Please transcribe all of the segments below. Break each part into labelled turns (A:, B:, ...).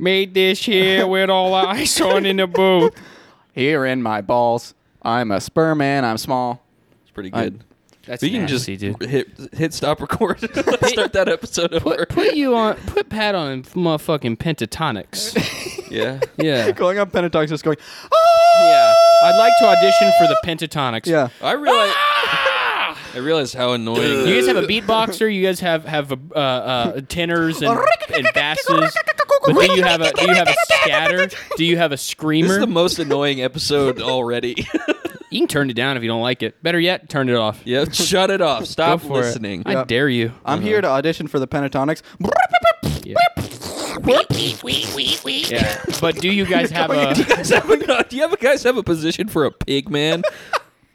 A: Made this here with all eyes on in the booth.
B: Here in my balls. I'm a sperm man. I'm small.
C: It's pretty
B: I-
C: good.
A: That's
C: we can just
A: nasty, dude.
C: hit hit stop record. Start that episode over.
A: Put, put you on. Put Pat on motherfucking pentatonics.
C: yeah.
A: Yeah.
B: Going up pentatonics, just going, oh!
A: Yeah. I'd like to audition for the pentatonics.
B: Yeah.
C: I realize I realized how annoying.
A: Ah! You guys have a beatboxer. You guys have have uh, uh, tenors and, and basses. But do you have a do you have a scatter? Do you have a
C: this is
A: screamer?
C: the most annoying episode already.
A: you can turn it down if you don't like it. Better yet, turn it off.
C: yeah, shut it off.
A: Go
C: Stop
A: for it.
C: listening.
A: I dare you.
B: I'm here to audition for the pentatonics.
A: Yeah. But do you guys have a
C: Do you guys have a, do you have guys have a position for a pig man?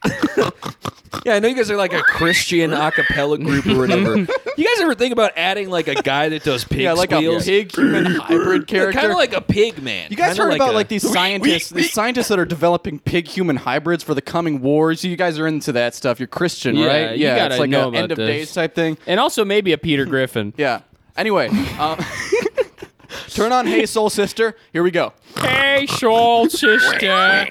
C: yeah, I know you guys are like a Christian a cappella group or whatever. you guys ever think about adding like a guy that does pig
B: Yeah, like
C: squeals?
B: a pig human hybrid character.
C: Kind of like a pig man.
B: You guys
C: Kinda
B: heard about
C: a-
B: like these scientists, these scientists that are developing pig human hybrids for the coming wars. You guys are into that stuff. You're Christian,
A: Yeah,
B: right?
A: you
B: Yeah,
A: gotta
B: it's like
A: know
B: an
A: about
B: end of
A: this.
B: days type thing.
A: and also maybe a Peter Griffin.
B: Yeah. Anyway, um, turn on Hey Soul Sister. Here we go.
A: Hey, Shawl sister.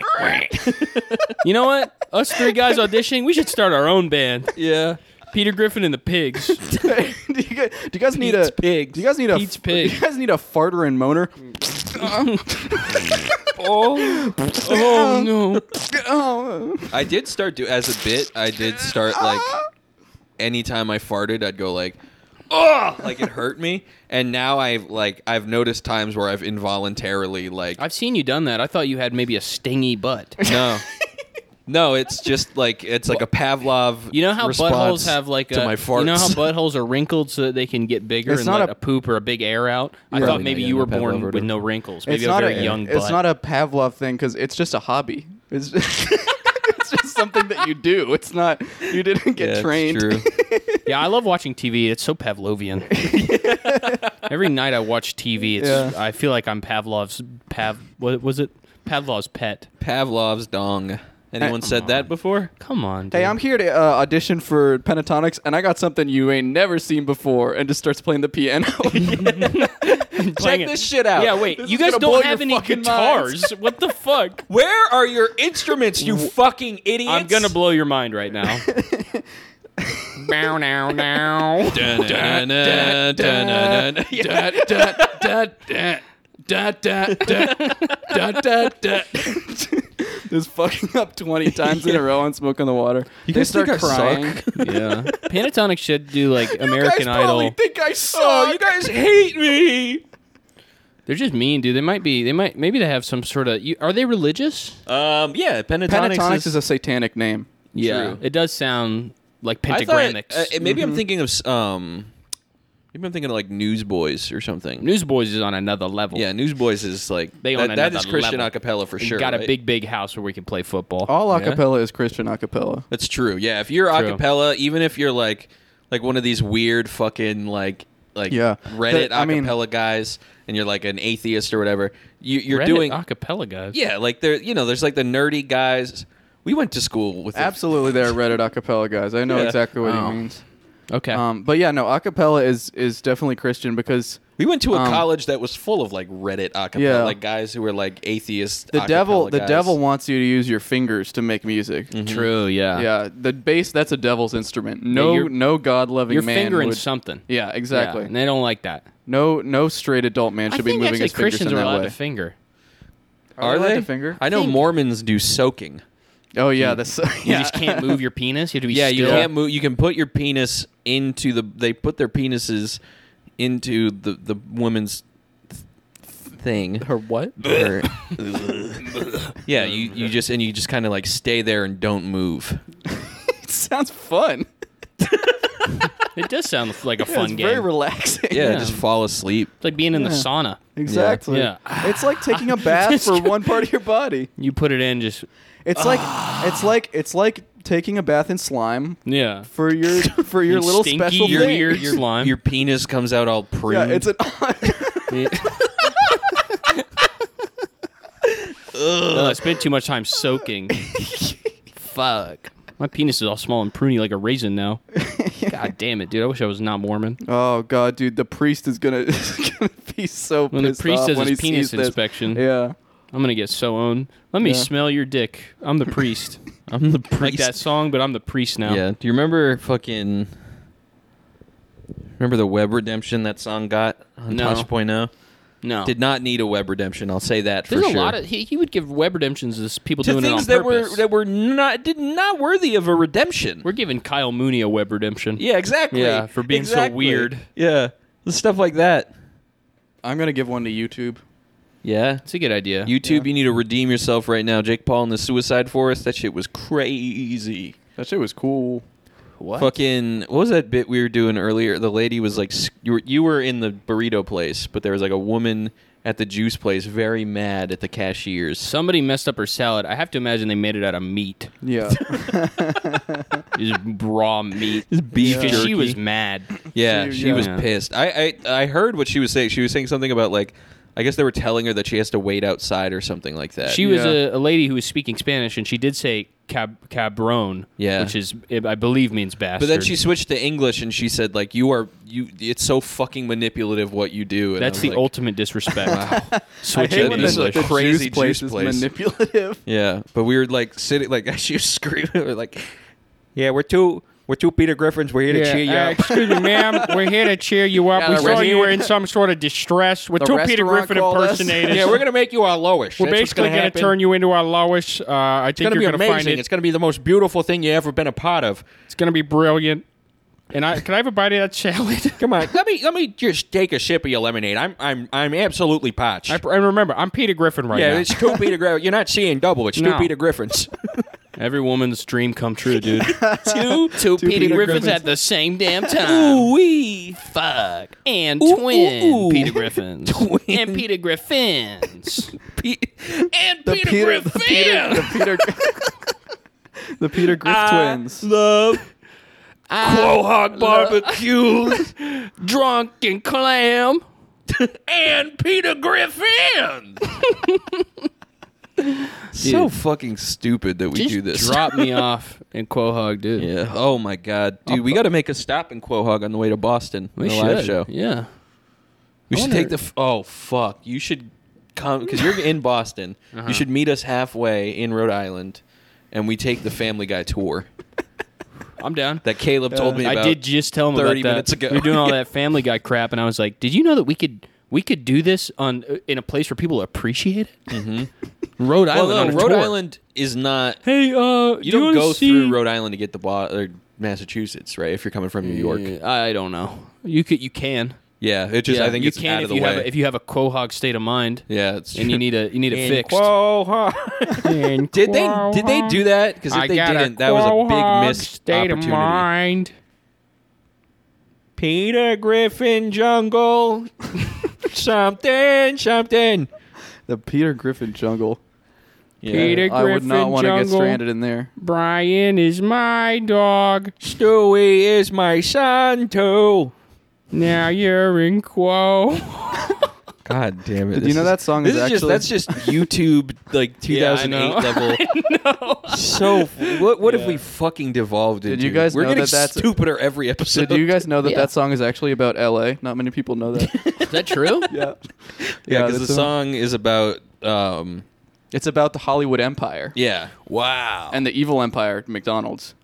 A: you know what? Us three guys auditioning, we should start our own band.
C: Yeah.
A: Peter Griffin and the Pigs.
B: do, you guys, do you guys need
C: Pete's
B: a
C: Pigs.
B: Do you guys need a
A: Pete's Mm. Pig.
B: Do you guys need a farter and moaner?
A: Oh, oh no.
B: Oh.
C: I did start do as a bit. I did start like anytime I farted, I'd go like, oh, like it hurt me. And now I've like I've noticed times where I've involuntarily like
A: I've seen you done that. I thought you had maybe a stingy butt.
C: no, no. It's just like it's like a Pavlov.
A: You know how
C: response
A: buttholes have like a
C: to my farts.
A: you know how buttholes are wrinkled so that they can get bigger
B: It's
A: and
B: not
A: let
B: a-
A: a, poop or a big air out. I thought
B: Yeah. Probably
A: maybe
C: not,
A: you
C: yeah,
A: were
C: no Pavlov
A: born
C: or-
A: with no wrinkles. Maybe
B: It's
A: a
B: not
A: very
B: a
A: young butt.
B: It's not a Pavlov thing because it's just a hobby. It's it's just something that you do. It's not you didn't
C: Yeah,
B: get
C: it's
B: trained.
C: true.
A: yeah, I love watching TV. It's so Pavlovian. Every night I watch TV, it's
B: Yeah.
A: I feel like I'm Pavlov's Pav. What was it? Pavlov's pet.
C: Pavlov's dong. Anyone said that before?
A: Come on, dude.
B: Hey, I'm here to uh, audition for Pentatonics, and I got something you ain't never seen before, and just starts playing the piano.
A: Playing
C: Check
A: it.
C: this shit out.
A: Yeah, wait.
B: This
A: you
B: is
A: guys
B: gonna blow
A: don't have
B: your
A: any
B: fucking
A: guitars. what the fuck?
C: Where are your instruments, you fucking idiots?
A: I'm gonna blow your mind right now. Bow now now.
C: Yeah.
B: just fucking up 20 times in a row on Smoke on the Water. You
C: guys think I
A: Yeah. Pentatonic should do like American
B: guys probably
A: Idol.
B: think I suck.
C: Oh, you guys hate me.
A: They're just mean, dude. They might be. They might. Maybe they have some sort of. You, are they religious?
C: Um, yeah, pentatonics,
B: Pentatonics is, a satanic name.
C: Yeah.
A: It does sound like
C: I thought-
A: pentagramics.
C: uh, maybe
B: Mm-hmm.
C: I'm thinking of s- um, maybe I'm thinking of like Newsboys or something.
A: Newsboys is on another level.
C: yeah, Newsboys is like
A: They
C: that,
A: on
C: that is
A: another
C: Christian
A: level.
C: acapella for
A: You
C: sure.
A: got a
C: right?
A: big, big house where we can play football.
B: All acapella is Christian acapella.
C: That's true. Yeah, if you're
A: True.
C: acapella, even if you're like like one of these weird fucking like like
B: Yeah.
C: Reddit
B: That- I mean-
C: acapella guys, and you're like an atheist or whatever, you, you're
A: Reddit
C: doing
A: acapella guys.
C: yeah, like there you know, there's like the nerdy guys. We went to school with the
B: Absolutely, they're Reddit acapella guys. I know
C: Yeah.
B: exactly what
A: Wow.
B: he means.
A: Okay.
B: Um, but yeah, no, acapella is is definitely Christian because
C: We went to a
B: Um,
C: college that was full of like Reddit acapella,
B: Yeah.
C: like guys who were like atheists.
B: the devil the devil wants you to use your fingers to make music.
A: Mm-hmm. True. Yeah.
B: Yeah, the bass that's a devil's instrument. No,
A: you're-
B: no God loving
A: You're
B: man
A: fingering
B: would-
A: something.
B: Yeah, exactly.
A: Yeah, and they don't like that.
B: No, no straight adult man
A: I
B: should
A: think
B: be moving
A: actually
B: his fingers
A: Christians
B: in
A: are
B: that
A: allowed
B: way.
A: to finger.
C: Are
B: allowed
C: they?
B: to finger?
C: I know
A: Think-
C: Mormons do soaking.
B: oh yeah, that's
A: Hmm. You
B: yeah.
A: just can't move your penis. You have to be
C: Yeah, you
A: still.
C: can't move. You can put your penis into the. They put their penises into the the woman's th- thing.
B: Her what?
C: Her- yeah, you you just and you just kind of like stay there and don't move.
B: it sounds fun.
A: It does sound like a
B: Yeah,
A: fun
B: it's
A: game.
B: very relaxing.
C: Yeah,
A: Yeah.
C: just fall asleep.
A: it's like being in the
B: Yeah.
A: sauna.
B: Exactly.
A: Yeah.
B: It's like taking a bath for one part of your body.
A: You put it in, just
B: It's like
A: Ah.
B: it's like it's like taking a bath in slime
A: yeah.
B: for your for your
A: And
B: little
A: stinky,
B: special
A: your
B: thing.
A: weird, your lime.
C: Your penis comes out all
B: yeah,
C: pruned.
B: it's an
A: Ugh, I spent too much time soaking. Fuck. My penis is all small and pruny like a raisin now. God damn it, dude. I wish I was not Mormon.
B: Oh god, dude, the priest is gonna, is gonna be he's so
A: When the
B: pissed
A: priest
B: off
A: does
B: when
A: his
B: he
A: penis
B: sees this.
A: inspection.
B: Yeah.
A: I'm gonna get so owned. Let me
B: Yeah.
A: smell your dick. I'm the priest.
C: I'm the
A: like
C: priest.
A: that song, but I'm the priest now.
C: Yeah. Do you remember fucking? Remember the web redemption that song got on
A: No.
C: Touch.0?
A: No.
C: Did not need a web redemption. I'll say that
A: There's
C: for
A: a
C: sure.
A: lot of he, he would give web redemptions to s- people
C: to
A: doing
C: things
A: it on
C: that
A: purpose.
C: were that were not did not worthy of a redemption.
A: We're giving Kyle Mooney a web redemption.
C: yeah, exactly.
A: Yeah, for being so
C: Exactly.
A: weird.
C: Yeah, The stuff like that.
B: I'm gonna give one to YouTube.
C: Yeah,
A: It's a good idea.
C: YouTube, you need to redeem yourself right now. Jake Paul in the Suicide Forest. That shit was crazy.
B: That shit was cool.
A: what?
C: Fucking what was that bit we were doing earlier? The lady was like, s- you were you were in the burrito place, but there was like a woman at the juice place, very mad at the cashiers.
A: Somebody messed up her salad. I have to imagine they made it out of meat.
B: Yeah.
A: Just raw meat.
C: beef
A: Because
C: jerky.
A: she was mad.
C: Yeah,
B: She-
C: she,
B: yeah.
C: was
A: Yeah.
C: pissed. I, I I heard what she was saying. She was saying something about like, I guess they were telling her that she has to wait outside or something like that.
A: She was
B: Yeah.
A: a, a lady who was speaking Spanish, and she did say cab- cabron,
C: Yeah.
A: which is I believe means bastard.
C: but then she switched to English and she said like, you are you. It's so fucking manipulative what you do. And I
A: that's
C: was
A: the
C: like,
A: ultimate disrespect.
B: I
A: Switching
B: hate
A: to
B: when
C: it is
B: the,
A: English.
B: the
C: Crazy
B: juice place
C: juice
B: is
C: place.
B: manipulative.
C: Yeah, but we were like sitting like she was screaming. We were like, yeah, we're two we're two Peter Griffins. We're here to cheer you up.
A: Uh, excuse me, ma'am. We're here to cheer you up.
B: Yeah,
A: we
B: the
A: saw you
B: restaurant-
A: were in some sort of distress. We're
B: The
A: two Peter
B: restaurant
A: Griffin
B: called us.
A: impersonators.
C: Yeah, we're gonna make you our lowest.
A: We're basically
C: gonna,
A: going to turn you into our Lois. Uh, I
C: It's
A: think you're
C: gonna be
A: going to
C: amazing.
A: find it.
C: It's gonna be the most beautiful thing you ever been a part of.
A: It's going to be brilliant. And I can I have a bite of that salad?
C: Come on, let me let me just take a sip of your lemonade. I'm I'm I'm absolutely parched.
A: I, and remember, I'm Peter Griffin right
C: yeah,
A: now.
C: it's two Peter Griffins. You're not seeing double. It's
A: No.
C: two Peter Griffins.
A: Every woman's dream come true, dude.
C: two two
B: Peter Peter Griffins Griffins.
A: at the same damn time.
C: wee.
A: Fuck. And
C: Ooh,
A: twin
C: ooh, ooh.
A: Peter Griffins.
C: Twin.
A: And Peter Griffins. and Peter,
B: the
A: Griffin.
B: Peter, the Peter, the Peter Griff twins.
C: Love. Quahog barbecue.
A: Drunken clam.
C: and Peter Griffin. so fucking stupid that we do this.
A: Drop me off in Quahog, dude.
C: yeah. Oh my god, dude, we got to make a stop in Quahog on the way to Boston.
A: We
C: the
A: should.
C: live show.
A: Yeah.
C: We
A: I
C: should
A: wonder-
C: take the. F- oh fuck, you should come because you're in Boston.
A: Uh-huh.
C: You should meet us halfway in Rhode Island, and we take the Family Guy tour
A: I'm down.
C: that Caleb told me about.
A: Uh, I did just tell him
C: 30
A: about that.
C: minutes ago.
A: We were doing all that Family Guy crap, and I was like, "Did you know that we could we could do this on uh, in a place where people appreciate it?" Mm-hmm. Rhode Island.
C: Well, no,
A: on a
C: Rhode
A: tour.
C: Island is not.
A: Hey, uh,
C: You, don't go through Rhode Island to get to Bo- or Massachusetts, right? If you're coming from New York.
A: I don't know. You could you can.
C: Yeah, it just I think
A: you
C: it's
A: can
C: out
A: if
C: of the
A: you
C: way.
A: have a, if you have a quahog state of mind
C: yeah, it's
A: and you need a you need a fix.
C: Did they did they do that? Because if
A: I
C: they
A: got
C: didn't,
A: a
C: that was a
A: quahog
C: big missed
A: state of
C: opportunity.
A: mind.
C: Peter Griffin Jungle, something, something.
B: The Peter Griffin jungle.
C: Yeah.
A: Peter
B: I would not
A: Griffin
B: want to get
A: jungle.
B: stranded in there.
A: Brian is my dog.
C: Stewie is my son too.
A: Now you're in quo.
C: God damn it!
B: Did you know that song
C: This
B: is
C: is just
B: actually-
C: that's just YouTube like
A: Yeah, I
C: 2008
A: know.
C: level. So what what have we fucking devolved into?
B: Did you guys
C: We're
B: know
C: getting
B: that that's-
C: stupider every
B: So
C: episode.
B: do you guys know that
A: Yeah.
B: that song is actually about L.A.? Not many people know that.
A: Is that true?
B: yeah.
C: Yeah, because
B: that's
C: the
B: a-
C: song is about um
B: It's about the Hollywood Empire
C: yeah. Wow.
B: and the evil empire, McDonald's.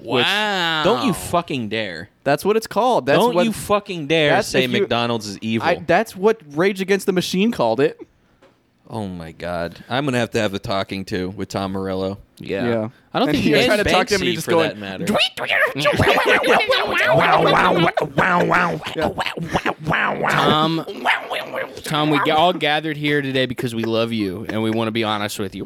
A: Wow.
C: Don't you fucking dare.
B: That's what it's called. That's
C: Don't
B: what
C: you fucking dare
B: that's
C: say
B: if you-
C: McDonald's is evil.
B: I, that's what Rage Against the Machine called it.
C: oh my god. I'm gonna have to have a talking to with Tom Morello.
A: yeah.
B: Yeah.
A: I don't
B: And
A: think
B: he
A: you
B: was
A: guys
B: trying to
A: bang-
B: talk to him and he
C: Banksy,
B: just
C: for
B: going,
C: that matter.
A: Tom, Um, Tom, we all gathered here today because we love you and we want to be honest with you.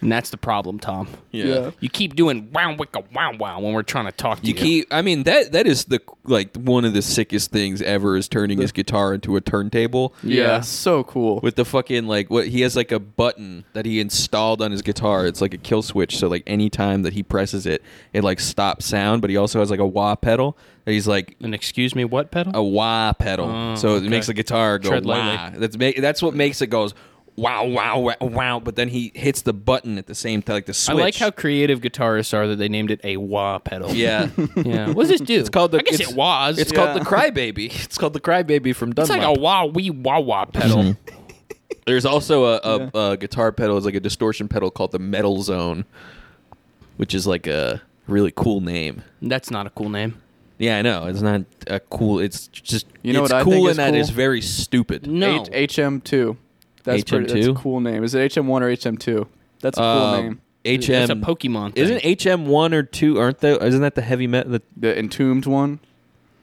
A: And that's the problem, Tom.
C: Yeah.
B: Yeah.
A: You keep doing wow wicka wow wow when we're trying to talk to you.
C: You keep I mean that that is the like one of the sickest things ever is turning his guitar into a turntable.
B: Yeah,
A: Yeah.
B: so cool.
C: With the fucking like what he has like a button that he installed on his guitar. It's like a kill switch, so like any time that he presses it, it like stops sound, but he also has like a wah pedal that he's like
A: and excuse me, what pedal?
C: a wah pedal.
A: Oh,
C: so it
A: okay.
C: makes the guitar go
A: Tread lightly.
C: wah. That's ma- that's what makes it goes wow, wow, wow, wow. But then he hits the button at the same time, like the
A: I
C: switch.
A: like how creative guitarists are that they named it a wah pedal.
C: Yeah.
A: yeah. What does this do? It's
C: called the-
A: I guess
C: it's-
A: it was.
C: It's called the Crybaby. It's called the Crybaby from
A: It's
C: Dunlop.
A: like a wah wee wah wah pedal.
C: There's also a, a, a guitar pedal. It's like a distortion pedal called the Metal Zone, which is like a really cool name.
A: That's not a cool name.
C: Yeah, I know. It's not a cool. It's just
B: You know
C: it's
B: what I
C: cool
B: think
C: in
B: is
C: that
B: cool?
C: it's very stupid.
A: No.
B: H- HM2. That's pretty. That's a
C: HM2?
B: cool name. Is it HM1 or HM2? That's a cool
C: Uh,
B: name.
C: HM
A: That's a Pokemon. Thing.
C: Isn't HM one or two? Aren't they? Isn't that the heavy metal? The,
B: The entombed one.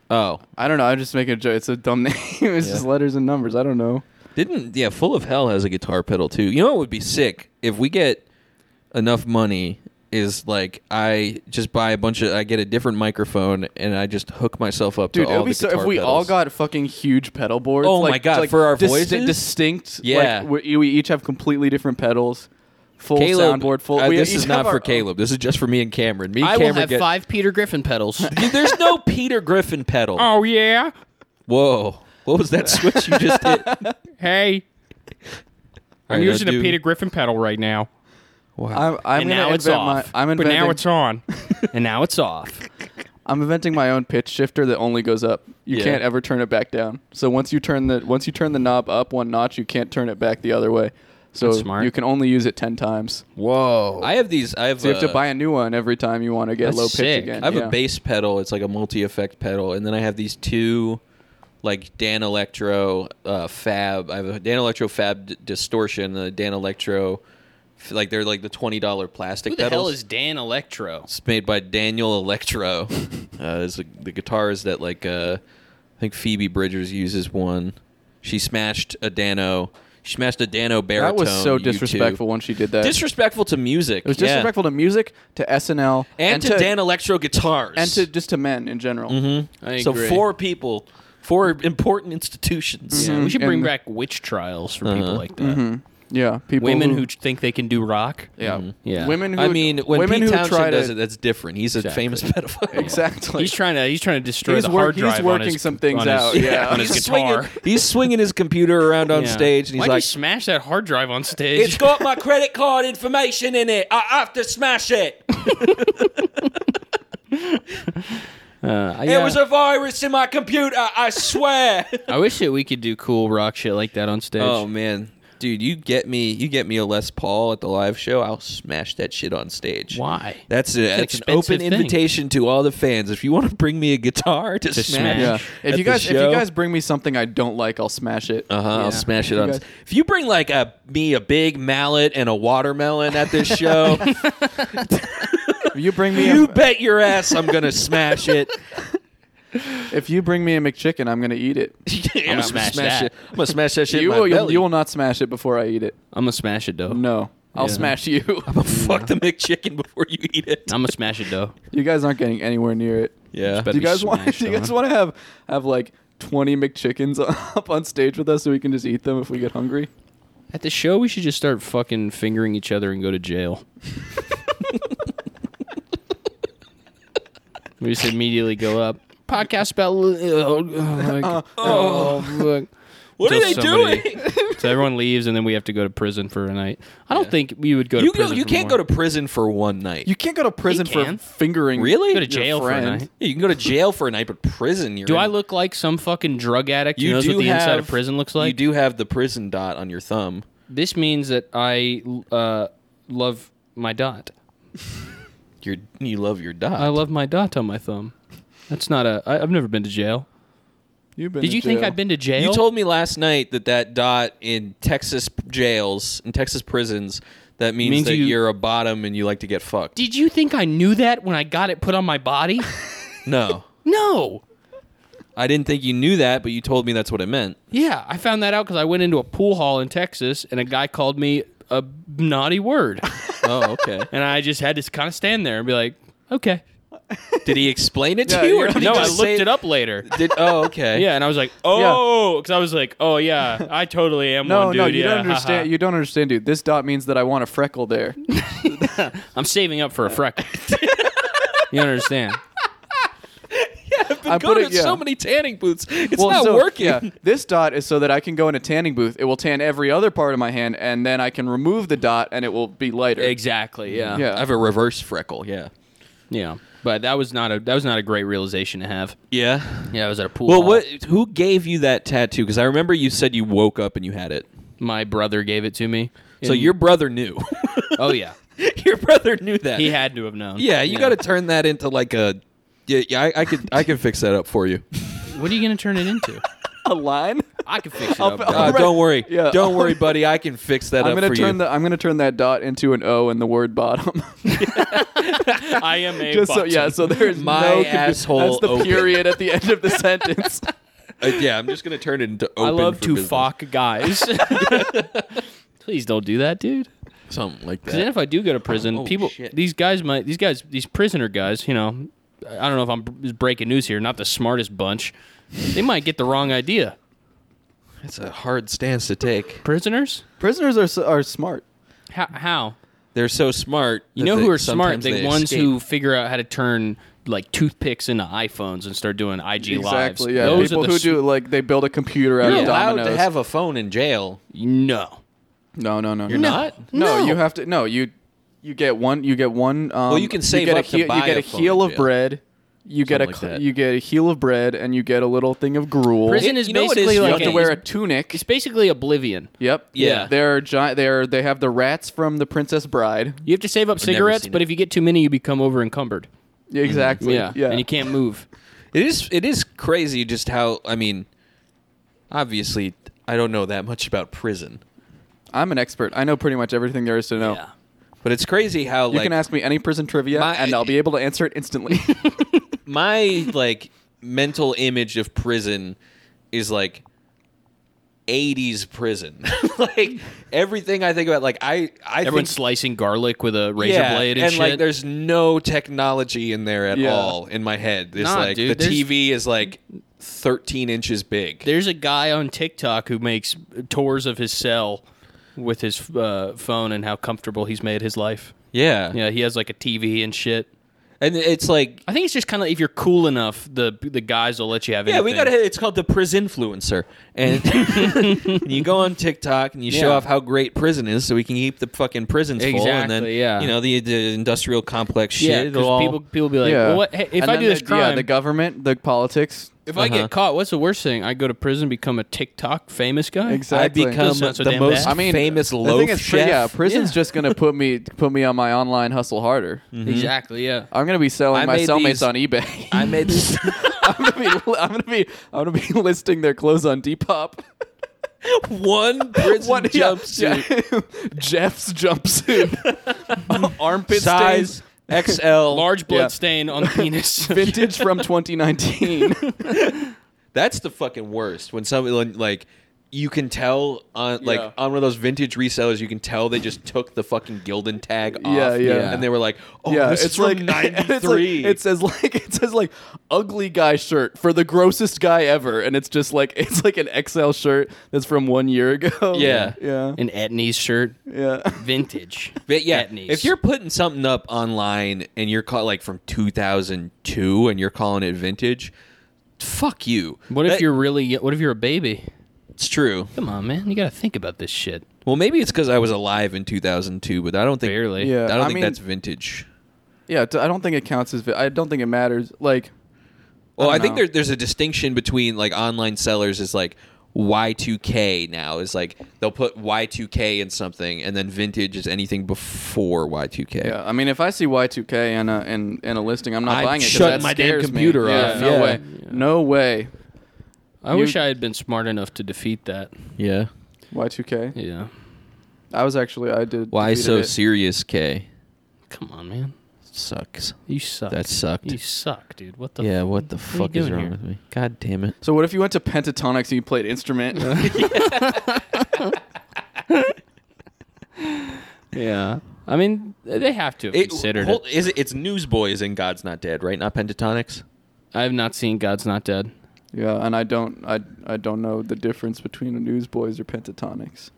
C: oh,
B: I don't know. I'm just making a joke. It's a dumb name. it's just letters and numbers. I don't know.
C: Didn't yeah, Full of Hell has a guitar pedal too. You know what would be sick if we get enough money is like I just buy a bunch of I get a different microphone and I just hook myself up
B: Dude,
C: to
B: it
C: all
B: would be
C: the
B: so.
C: guitar
B: If we all
C: pedals.
B: got fucking huge pedal boards.
C: Oh
B: like,
C: my God,
B: like
C: for our
B: disti-
C: voices?
B: distinct.
C: Yeah.
B: like, we, we each have completely different pedals. Full
C: Caleb,
B: soundboard. Full.
C: uh,
B: we
C: this
B: each
C: is
B: have
C: not for
B: our-
C: Caleb. This is just for me and Cameron. Me and
A: I will
C: Cameron
A: have
C: get
A: five Peter Griffin pedals.
C: Dude, There's no Peter Griffin pedal.
A: oh yeah.
C: Whoa. What was that switch you just hit?
A: Hey, I'm
C: Alright,
A: using
C: now
A: a
C: do-
A: Peter Griffin pedal right now.
C: Wow.
B: I'm, I'm
A: and
B: gonna
A: now it's
B: invent
A: off.
B: My, I'm
A: but
B: inventing,
A: now it's on. and now it's off.
B: I'm inventing my own pitch shifter that only goes up. You
C: Yeah.
B: can't ever turn it back down. So once you turn the once you turn the knob up one notch, you can't turn it back the other way. So
A: That's smart.
B: you can only use it ten times.
A: Whoa.
C: I have these I have
B: So you have to
C: uh,
B: buy a new one every time you want to get
A: That's
B: low pitch
A: sick.
B: again.
C: I have
B: Yeah.
C: a bass pedal. It's like a multi-effect pedal, and then I have these two, like Dan Electro uh, Fab. I have a Dan Electro Fab d- distortion, and a Dan Electro, f- like they're like the twenty dollar plastic
A: Who the
C: pedals.
A: hell is Dan Electro?
C: it's made by Daniel Electro. uh, is the, the guitars that like uh, I think Phoebe Bridgers uses one. She smashed a Dano. She smashed a Dano baritone.
B: That was so
C: U two.
B: disrespectful when she did that.
C: Disrespectful to music.
B: it was disrespectful to music, to SNL,
C: And, to, Mm-hmm. Dan Electro guitars.
B: and to just to men in general.
A: I
C: So
A: agree.
C: four people, four important institutions.
A: Yeah, we should
B: and-
A: bring back witch trials for people like that.
B: Yeah, people
A: Women
B: who,
A: who think they can do rock.
B: yeah
A: Yeah.
B: women who
C: Mm-hmm. I mean, when
B: women
C: Pete
B: who
C: Townshend
B: try to
C: does it, that's different. He's a famous pedophile.
B: exactly.
A: He's trying to he's trying to destroy
B: He's
A: the
B: work-
A: hard
B: he's
A: drive. on
B: working
A: his-
B: some things
A: on his-
B: out, yeah.
A: on his
C: He's
A: guitar.
C: Swinging, he's swinging his computer around on
A: Yeah.
C: stage, and he's
A: Why'd you
C: like,
A: smash that hard drive on stage.
C: "It's got my credit card information in it. I have to smash it.
A: Uh, I-
C: There was a virus in my computer. I swear."
A: I wish that we could do cool rock shit like that on stage.
C: oh man, dude, you get me, you get me a Les Paul at the live show. I'll smash that shit on stage.
A: Why?
C: That's, a, that's an
A: expensive
C: open
A: thing.
C: invitation to all the fans. If you want to bring me a guitar to,
A: smash.
C: smash,
B: yeah.
C: at
B: If
C: the
B: you guys if you
C: show,
B: guys bring me something I don't like, I'll smash it.
C: uh-huh,
A: Yeah.
C: I'll smash it
B: You
C: on.
B: guys-
C: If you bring like a me a big mallet and a watermelon at this show,
B: If you bring me
C: you
B: a,
C: bet your ass I'm gonna smash it.
B: if you bring me a McChicken, I'm gonna eat it.
C: I'm
A: gonna smash that.
C: It. I'm gonna smash that shit.
B: You
C: in my
B: will you,
C: belly.
B: will not smash it before I eat it.
A: I'm gonna smash it though.
B: No, I'll
A: Yeah.
B: smash you.
C: fuck the McChicken before you eat it.
A: I'm gonna smash it though.
B: you guys aren't getting anywhere near it.
C: Yeah,
A: But-
B: Do you
A: be
B: guys want?
A: smashed
B: Do you guys
A: on.
B: want to have have like twenty McChickens up on stage with us so we can just eat them if we get hungry?
A: At the show, we should just start fucking fingering each other and go to jail. we just immediately go up. Podcast about. oh, like, oh, look.
C: Uh, what are
A: Just
C: they
A: somebody-
C: doing?
A: So everyone leaves, and then we have to go to prison for a night. I don't think we would go to
C: You go,
A: prison.
C: you
A: for
C: can't
A: more.
C: go to prison for one night.
B: You can't go to prison for
A: can.
B: fingering.
C: Really?
A: Go to
C: your
A: jail for a
B: friend.
A: night.
C: Yeah, you can go to jail for a night, but prison. You're
A: Do
C: in.
A: I look like some fucking drug addict who
C: You
A: knows
C: do
A: what the inside
C: have-
A: of prison looks
C: You
A: like?
C: do have the prison dot on your thumb.
A: This means that I uh, love my dot.
C: Your you love your dot.
A: I love my dot on my thumb. That's not a. I, I've never been to jail.
B: You've been
A: Did
B: to
A: you think
B: jail.
A: I've been to jail?
C: You told me last night that that dot in Texas jails in Texas prisons that means,
A: Means
C: that
A: you-
C: you, are a bottom and you like to get fucked.
A: Did you think I knew that when I got it put on my body?
C: no,
A: no.
C: I didn't think you knew that, but you told me that's what it meant.
A: Yeah, I found that out because I went into a pool hall in Texas and a guy called me a naughty word,
C: Oh, okay.
A: and I just had to kind of stand there and be like, "Okay."
C: did he explain it to
B: Yeah,
C: you,
B: you're-
C: or did
A: No,
C: he
A: I
C: just
A: looked
C: say-
A: it up later.
C: Did, oh, okay.
A: Yeah, and I was like, "Oh," because I was like, "Oh yeah, I totally am
B: No,
A: one dude."
B: no, you
A: yeah,
B: don't
A: haha."
B: understand. You don't understand, dude. This dot means that I want a freckle there.
A: I'm saving up for a freckle. you don't understand?
C: I've
B: I'm
C: gone
B: putting-
C: to so
B: yeah.
C: many tanning booths. It's
B: Well,
C: not
B: so,
C: working.
B: yeah, this dot is so that I can go in a tanning booth. It will tan every other part of my hand, and then I can remove the dot, and it will be lighter.
A: Exactly. Yeah.
B: Yeah.
C: I have a reverse freckle. Yeah.
A: Yeah. But that was not a that was not a great realization to have.
C: Yeah.
A: Yeah, I was at a pool.
C: Well,
A: hall.
C: what? Who gave you that tattoo? Because I remember you said you woke up and you had it.
A: My brother gave it to me.
C: So
A: And-
C: your brother knew.
A: Oh yeah.
C: your brother knew that.
A: He had to have known.
C: Yeah, you got to turn that into like a. Yeah, yeah I, I could. I can fix that up for you.
A: What are you gonna turn it into?
B: a line.
A: I can fix it
B: I'll-
A: up.
B: I'll
A: dog.
C: Uh,
B: Alright.
C: Don't worry.
B: Yeah.
C: Don't worry, buddy. I can fix that
B: I'm
C: up
B: gonna
C: for
B: turn
C: you.
B: the I'm gonna turn that dot into an O and the word bottom.
A: I am a
B: Just so yeah,
A: button.
B: so there's
C: My
B: no confu-
C: asshole
B: That's the
C: open.
B: period at the end of the sentence.
C: Uh, yeah, I'm just gonna turn it into. Open
A: I love
C: for
A: to
C: business.
A: fuck guys. Please don't do that, dude.
C: something like
A: Because then
C: that.
A: if I do go to prison,
C: Oh,
A: people,
C: shit.
A: these guys might, these guys, these prisoner guys, you know, I don't know if I'm b- breaking news here, not the smartest bunch. They might get the wrong idea.
C: That's a hard stance to take.
A: Prisoners?
B: Prisoners are s- are smart.
A: How? how?
C: They're so smart.
A: You
C: that
A: know
C: they-
A: who are smart?
C: sometimes
A: The
C: they
A: ones
C: escape.
A: who figure out how to turn like toothpicks into iPhones and start doing IG lives.
B: Exactly. Yeah.
A: Those
B: People
A: are the
B: who
A: sm-
B: do like they build a computer out
C: You're
B: of
C: allowed
B: dominoes.
C: to have a phone in jail.
A: No.
B: no, no, no.
C: You're
B: no.
C: not.
B: No,
A: No.
B: you have to. No, you you get one. You get one. Um,
C: Well, you can save
B: get a
C: up to
B: heel-
C: buy
B: You get
C: a
B: a,
C: phone
B: heel
C: in
B: of
C: jail.
B: bread. You get a
C: Something like
B: cl-
C: that.
B: you get a heel of bread, and you get a little thing of gruel.
A: Prison
C: It-
A: is
C: you know what it
A: basically
C: is? You
A: like
B: you have to
A: a-
B: wear a tunic.
A: It's basically oblivion.
B: Yep.
C: Yeah.
B: They're giant. They're they have the rats from the Princess Bride.
A: You have to save up
C: never
A: cigarettes,
C: seen
A: but
C: it.
A: if you get too many, you become over encumbered.
C: Mm-hmm.
B: Yeah, Exactly.
A: Yeah.
B: Yeah.
A: And you can't move.
C: It is. It is crazy. Just how. I mean, obviously, I don't know that much about prison,
B: I'm an expert. I know pretty much everything there is to know.
C: but it's crazy how
B: You
C: like
B: can ask me any prison trivia,
C: My-
B: and I'll be able to answer it instantly.
C: my like mental image of prison is like 80s prison like everything i think about like i i
A: Everyone's
C: think
A: slicing garlic with a razor
C: yeah,
A: blade and, shit.
C: like there's no technology in there at
B: Yeah.
C: all in my head it's
A: Nah,
C: like
A: dude,
C: the
A: there's-
C: tv is like 13 inches big
A: There's a guy on TikTok who makes tours of his cell with his uh, phone and how comfortable he's made his life.
C: yeah.
A: Yeah, he has like a TV and shit.
C: and it's like
A: I think it's just kind of if you're cool enough, the the guys will let you have.
C: yeah
A: anything.
C: we got it's called the prison influencer and you go on tiktok and you show
A: Yeah.
C: off how great prison is so we can keep the fucking prisons full and then
A: Exactly, yeah.
C: you know the, the industrial complex shit
A: Yeah,
C: it'll
A: because
C: all-
A: people people be like,
B: yeah.
A: well, what, hey, if
B: And
A: I
B: then
A: do this
B: the,
A: crime,
B: yeah, the government, the politics.
A: if I
C: Uh-huh.
A: get caught, what's the worst thing? I go to prison, become a TikTok famous guy.
B: Exactly.
C: I become
A: That's not so
C: the
A: damn
C: most
A: bad.
B: I mean,
C: famous
B: The
C: loaf
B: thing is, pri-
C: chef.
B: yeah, prison's
A: Yeah.
B: just gonna put me put me on my online hustle harder.
C: Mm-hmm.
A: Uh, Exactly. Yeah.
B: I'm gonna be selling
C: I
B: my
C: made
B: cellmates
C: these-
B: on eBay.
C: I made this.
B: I'm gonna be I'm gonna be I'm gonna be listing their clothes on Depop.
C: one prison
B: What yeah,
C: jumpsuit
B: yeah. Jeff's jumpsuit, armpit
C: size
B: stains,
C: XL.
A: Large blood
B: Uh, Yeah.
A: stain on the penis.
B: vintage from 2019.
C: That's the fucking worst. When somebody like you can tell on like
B: Yeah.
C: on one of those vintage resellers, you can tell they just took the fucking Gildan tag off.
B: Yeah, yeah.
C: And they were like, oh,
B: yeah,
C: this
B: it's
C: is
B: like
C: from
B: It's like,
C: '93.
B: it says like it says like ugly guy shirt for the grossest guy ever, and it's just like it's like an XL shirt that's from one year ago.
C: Yeah.
B: yeah,
A: An Etnies shirt,
B: yeah.
A: vintage.
C: But yeah,
A: Etnies.
C: if you're putting something up online and you're call, like from 2002 and you're calling it vintage, fuck you.
A: what if
C: That-
A: you're really? What if you're a baby?
C: It's true.
A: Come on, man. You got to think about this shit.
C: Well, maybe it's because I was alive in 2002, but I don't think
A: Barely.
C: I
B: Yeah.
C: don't
B: I
C: think
B: mean-
C: that's vintage.
B: Yeah, t- I don't think it counts as. Vi- I don't think it matters. Like,
C: Well, I,
B: don't
C: think
B: know.
C: there, there's a distinction between like online sellers is like Y2K now is like they'll put Y2K in something, and then vintage is anything before Y2K.
B: yeah, I mean, if I see Y2K in a in, in a listing, I'm not
C: I
B: buying it. 'cause
C: shut
B: that
C: my damn
B: scares me.
C: computer
B: yeah,
C: off.
B: No
C: Yeah.
B: way. No way.
A: I
B: You-
A: wish I had been smart enough to defeat that.
C: yeah.
B: Y2K.
A: Yeah.
B: I was actually I did.
C: Why
B: defeated
C: so
B: it.
C: serious? K
A: Come on, man.
C: sucks.
A: You suck.
C: That sucked.
A: You suck, dude. What the?
C: Yeah,
A: f-
C: what the
A: are you
C: fuck is
A: doing
C: wrong
A: here?
C: with me? God damn it.
B: So what if you went to pentatonics and you played instrument?
A: Yeah. I mean, they have to have considered
C: hold-
A: it.
C: Is it, it's Newsboys and God's Not Dead, right? Not Pentatonics.
A: I have not seen God's Not Dead.
B: yeah, and I don't I I don't know the difference between a Newsboys or pentatonics.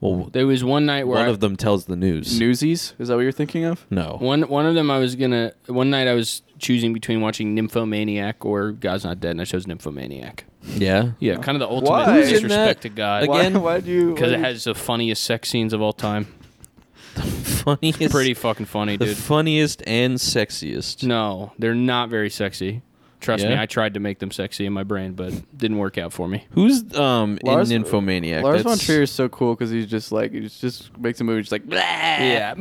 C: Well,
A: There was one night where
C: one
A: I,
C: of them tells the news.
B: Newsies? Is that what you're thinking of?
C: no.
A: one one of them I was gonna one night I was choosing between watching Nymphomaniac or God's Not Dead, and I chose Nymphomaniac.
C: Yeah.
A: Yeah, kind of the ultimate
B: Why? Who's in
A: disrespect
C: that?
A: to God.
C: Like-
B: Why,
C: Again,
B: why do you?
A: Because
B: why
A: it
B: do you-
A: has the funniest sex scenes of all time.
C: Funniest.
A: Pretty fucking funny,
C: The
A: dude.
C: funniest and sexiest.
A: No, they're not very sexy. Trust me,
C: Yeah?
A: I tried to make them sexy in my brain, but didn't work out for me.
C: Who's um
B: Lars-
C: in Nymphomaniac?
B: Lars von
C: That's-
B: Trier is so cool because he's just like he just makes a movie just like blah yeah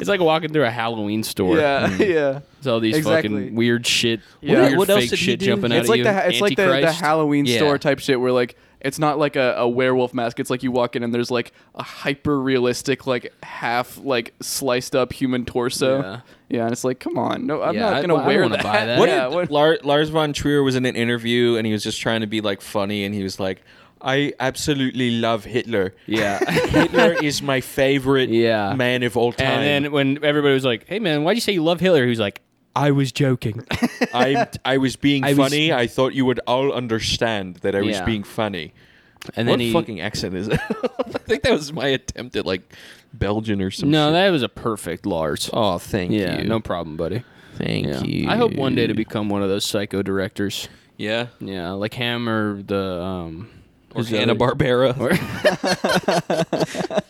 A: It's like walking through a Halloween store.
B: yeah yeah.
A: hmm. It's all these
B: Exactly.
A: fucking weird shit.
B: Yeah.
A: Weird
C: What else
A: fake
C: did he
A: shit
C: do?
A: jumping out
B: It's
A: at
B: like
A: you.
B: the ha- it's like the, the
A: Antichrist.
B: Halloween
C: Yeah.
B: store type shit where like it's not like a, a werewolf mask. It's like you walk in and there's like a hyper realistic like half like sliced up human torso.
A: Yeah.
B: Yeah, and it's like come on, no, I'm
A: Yeah, I-
B: not gonna
A: I don't
B: wear
A: wanna
B: that.
A: buy that.
C: What
B: yeah,
C: did,
B: what-
C: Lar- Lars von Trier was in an interview and he was just trying to be like funny and he was like, "I absolutely love Hitler.
A: Yeah.
C: Hitler is my favorite
A: Yeah.
C: man of all time.
A: And then when everybody was like, "Hey man, why would you say you love Hitler?" He was like, "I was joking."
C: I I was being
A: I was-
C: funny. I thought you would all understand that I was
A: Yeah.
C: being funny.
A: And
C: what
A: then he
C: fucking accent is that? I think that was my attempt at like Belgian or something.
A: no, that was a perfect Lars.
C: oh, thank
A: yeah,
C: you.
A: no problem, buddy.
C: thank
A: Yeah.
C: you.
A: I hope one day to become one of those psycho directors.
C: yeah.
A: Yeah, like him or the um,
C: Or
A: who's the
C: Hanna
A: other-
C: Barbera.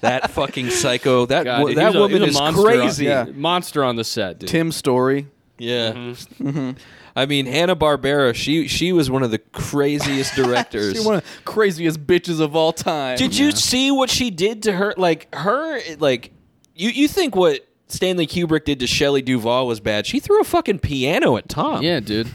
C: that fucking psycho. That
A: God,
C: wo-
A: dude, he
C: that
A: was a- he
C: woman
A: was
C: is
A: a monster on-
C: crazy.
B: Yeah.
A: monster on the set, dude.
B: Tim Story.
C: Yeah. Mm-hmm. I mean, Hanna Barbera. She she was one of the craziest directors.
B: You're one of the craziest bitches of all time.
C: Did you see what she did to her? Like her, like you. You think what Stanley Kubrick did to Shelley Duvall was bad? She threw a fucking piano at Tom.
A: Yeah, dude.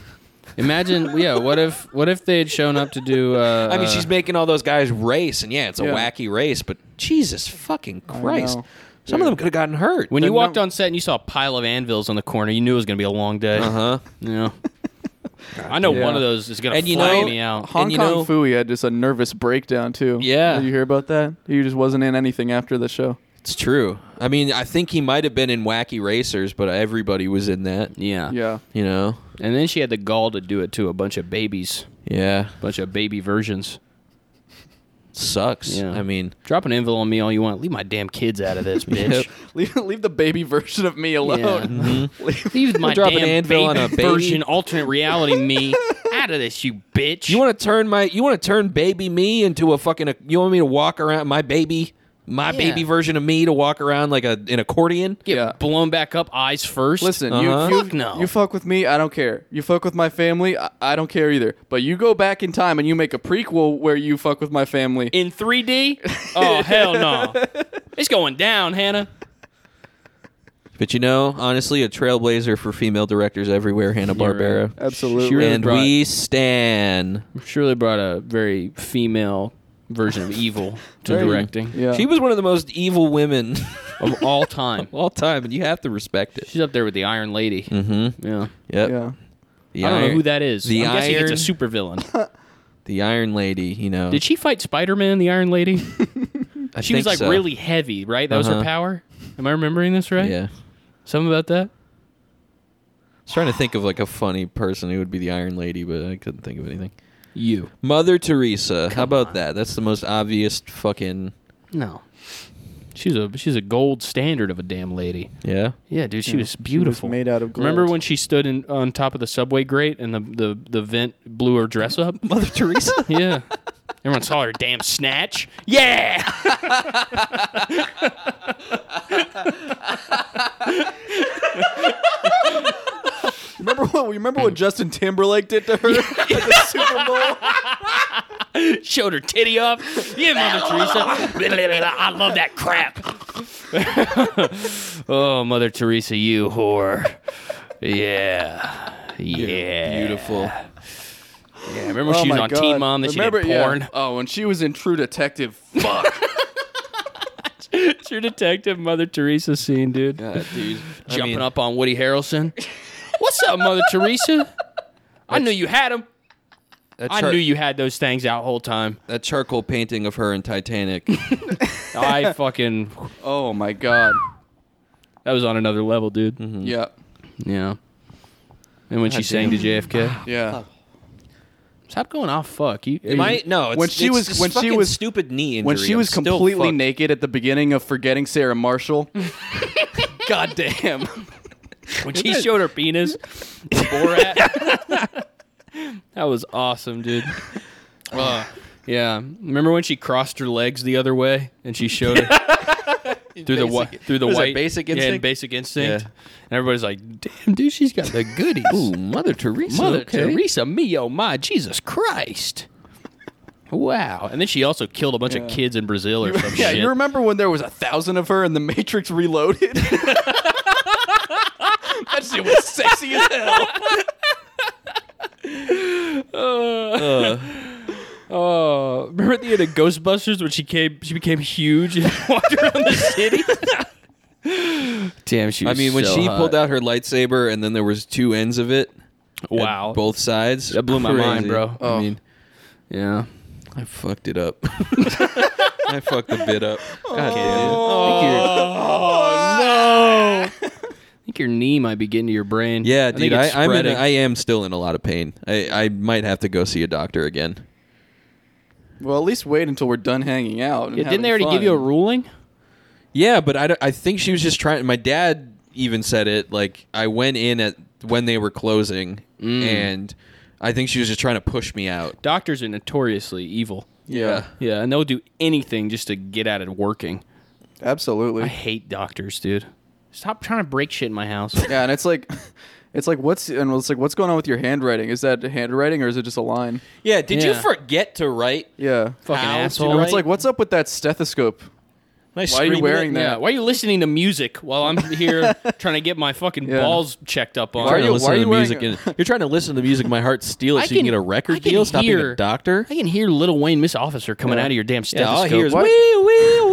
A: Imagine, yeah. What if, what if they had shown up to do? Uh,
C: I mean, she's making all those guys race, and yeah, it's a
B: Yeah.
C: wacky race, but Jesus fucking Christ,
B: know.
C: some of them could have gotten hurt.
A: when you
B: the
A: walked
B: num-
A: on set and you saw a pile of anvils on the corner, you knew it was gonna be a long day.
C: uh huh.
A: Yeah. I know one
B: yeah.
A: of those is gonna
C: And you
A: fly
C: know-
A: me out.
B: Hong
C: And you
B: Kong
C: know-
B: Fooey had just a nervous breakdown too.
C: Yeah.
B: Did you hear about that? He just wasn't in anything after the show.
C: It's true. I mean, I think he might have been in Wacky Racers, but everybody was in that.
A: Yeah.
B: Yeah.
C: You know.
A: And then she had the gall to do it to a bunch of babies,
C: Yeah.
A: bunch of baby versions.
C: Sucks.
A: Yeah.
C: I mean,
A: Drop an envelope on me all you want. Leave my damn kids out of this, bitch. Mm-hmm.
B: Leave, leave the baby version of me alone. Leave-
A: Leave my
C: Oh, Drop an
A: damn
C: anvil on
A: baby
C: a baby.
A: version alternate reality me out of this, you bitch.
C: You want to turn my you want to turn baby me into a fucking you want me to walk around my baby my
A: Yeah.
C: baby version of me to walk around like a an accordion?
A: get
B: Yeah.
A: blown back up, eyes first?
B: Listen,
C: Uh-huh.
B: you you,
A: Fuck no.
B: you fuck with me, I don't care. You fuck with my family, I, I don't care either. But you go back in time and you make a prequel where you fuck with my family.
A: in 3D? Oh hell no! It's going down, Hannah.
C: But you know, honestly, a trailblazer for female directors everywhere, Hanna Barbera,
B: Absolutely.
A: She really
C: and
A: brought-
C: we stan.
A: Surely brought a very female version of evil to
B: Very-
A: directing
B: yeah.
C: She was one of the most evil women
A: of all time.
C: of all time, and you have to respect it.
A: She's up there with the Iron Lady. Mm-hmm. Yeah.
C: Yep.
B: yeah.
C: The
A: I don't know
C: Iron-
A: who that is.
C: The
A: I'm guessing
C: Iron,
A: it's a supervillain.
C: the Iron Lady. You know,
A: Did she fight Spider Man, the Iron Lady?
C: I
A: She was
C: think
A: like
C: so.
A: really heavy, right? That was her
C: Uh-huh.
A: power? Am I remembering this right?
C: Yeah. I
A: Something about that?
C: was trying to think of like a funny person who would be the Iron Lady, but I couldn't think of anything.
A: You.
C: Mother Teresa. How about that? That's the most obvious fucking
A: No. She's a she's a gold standard of a damn lady.
C: yeah.
A: Yeah, dude, she was
B: was
A: beautiful.
B: made out of
A: Remember
B: gold.
A: when she stood in, on top of the subway grate and the, the, the vent blew her dress up?
C: Mother Teresa.
A: yeah. Everyone saw her damn snatch. Yeah.
B: Remember what? Remember what Justin Timberlake did to her at the Super Bowl?
A: Showed her titty off. Yeah, Mother Teresa. Blah, blah, blah, blah. I love that crap. oh, Mother Teresa, you whore. Yeah. Yeah.
C: Beautiful.
A: Yeah, remember
B: Oh
A: she was
B: my
A: on
B: God.
A: Teen Mom, then
B: Remember,
A: she did porn.
B: Yeah. Oh, when she was in True Detective. Fuck.
A: True Detective Mother Teresa scene, dude.
C: dude.
A: Jumping up on Woody Harrelson. What's up, Mother Teresa? I knew you had him.
C: That,
A: I
C: char-
A: knew you had those things out whole time.
C: that charcoal painting of her in Titanic.
A: I fucking
B: oh my God.
A: that was on another level, dude.
B: Yeah.
A: Yeah. And when she sang to JFK,
B: Yeah.
A: stop going off. Fuck you.
C: Am I? No. It's,
B: When she
C: it's
B: was-
C: this
B: when she
C: fucking
B: was-
C: stupid knee injury.
B: When she
C: I'm
B: was
C: still
B: completely
C: fucked.
B: naked at the beginning of Forgetting Sarah Marshall. God damn.
A: when she showed her penis, Borat. that was awesome, dude. Uh, yeah, remember when she crossed her legs the other way and she showed it through the white through the
C: What is that,
A: white
C: Basic
A: yeah, and
C: Instinct?
A: basic instinct,
C: Yeah.
A: and everybody's like, "Damn, dude, she's got the goodies."
C: Mother Teresa.
A: Mother Teresa, me oh my, Jesus Christ. Wow. And then she also killed a bunch of kids in Brazil or some
B: yeah,
A: shit.
B: you remember when there was a thousand of her in The Matrix Reloaded? that shit was sexy as hell.
A: Uh. oh, remember at the end of Ghostbusters when she came she became huge and walked around the city? Damn, she
C: I
A: was
C: mean, when
A: so
C: she
A: hot.
C: pulled out her lightsaber and then there was two ends of it. at
A: Wow.
C: both sides.
A: That blew my mind,
C: Crazy.
A: bro.
C: I
A: Oh.
C: mean,
A: Yeah.
C: I fucked it up. I fucked the bit up. God
A: I think your-
B: Oh, no.
A: I think your knee might be getting to your brain.
C: Yeah,
A: I
C: dude,
A: think it's
C: I, I'm in a,
A: spreading.
C: I am still in a lot of pain. I, I might have to go see a doctor again.
B: Well, at least wait until we're done hanging out. and
A: Yeah, didn't
B: having
A: they already give
B: fun.
A: you a ruling?
C: Yeah, but I, don't- I think she was just trying. My dad even said it. Like I went in at when they were closing, and I think she was just trying to push me out.
A: Doctors are notoriously evil.
B: Yeah,
A: Yeah, and they'll do anything just to get at it working. I
B: absolutely.
A: hate doctors, dude. Stop trying to break shit in my house.
B: Yeah, and it's like, it's like what's and it's like what's going on with your handwriting? Is that handwriting or is it just a line?
C: Yeah, did
A: you
C: forget to write?
B: Yeah,
A: Fucking
C: How
A: asshole.
C: do
B: Or
C: I-
B: it's like what's up with that stethoscope? Why are you wearing that?
A: Yeah, why are you listening to music while I'm here trying to get
B: to
A: fucking
B: Yeah.
A: balls
B: balls
A: checked up on?
B: Why are you- why are you
C: music?
B: wearing-
C: and- you're trying to listen to music. My heart steal it
A: I
C: so you can
A: can-
C: get a
A: I
C: record
A: can
C: deal. Stop being
A: hear-
C: a doctor.
A: I can hear Little Wayne Miss Officer coming out of your damn
C: yeah, all I
A: stethoscope.
C: hear is wee
B: What?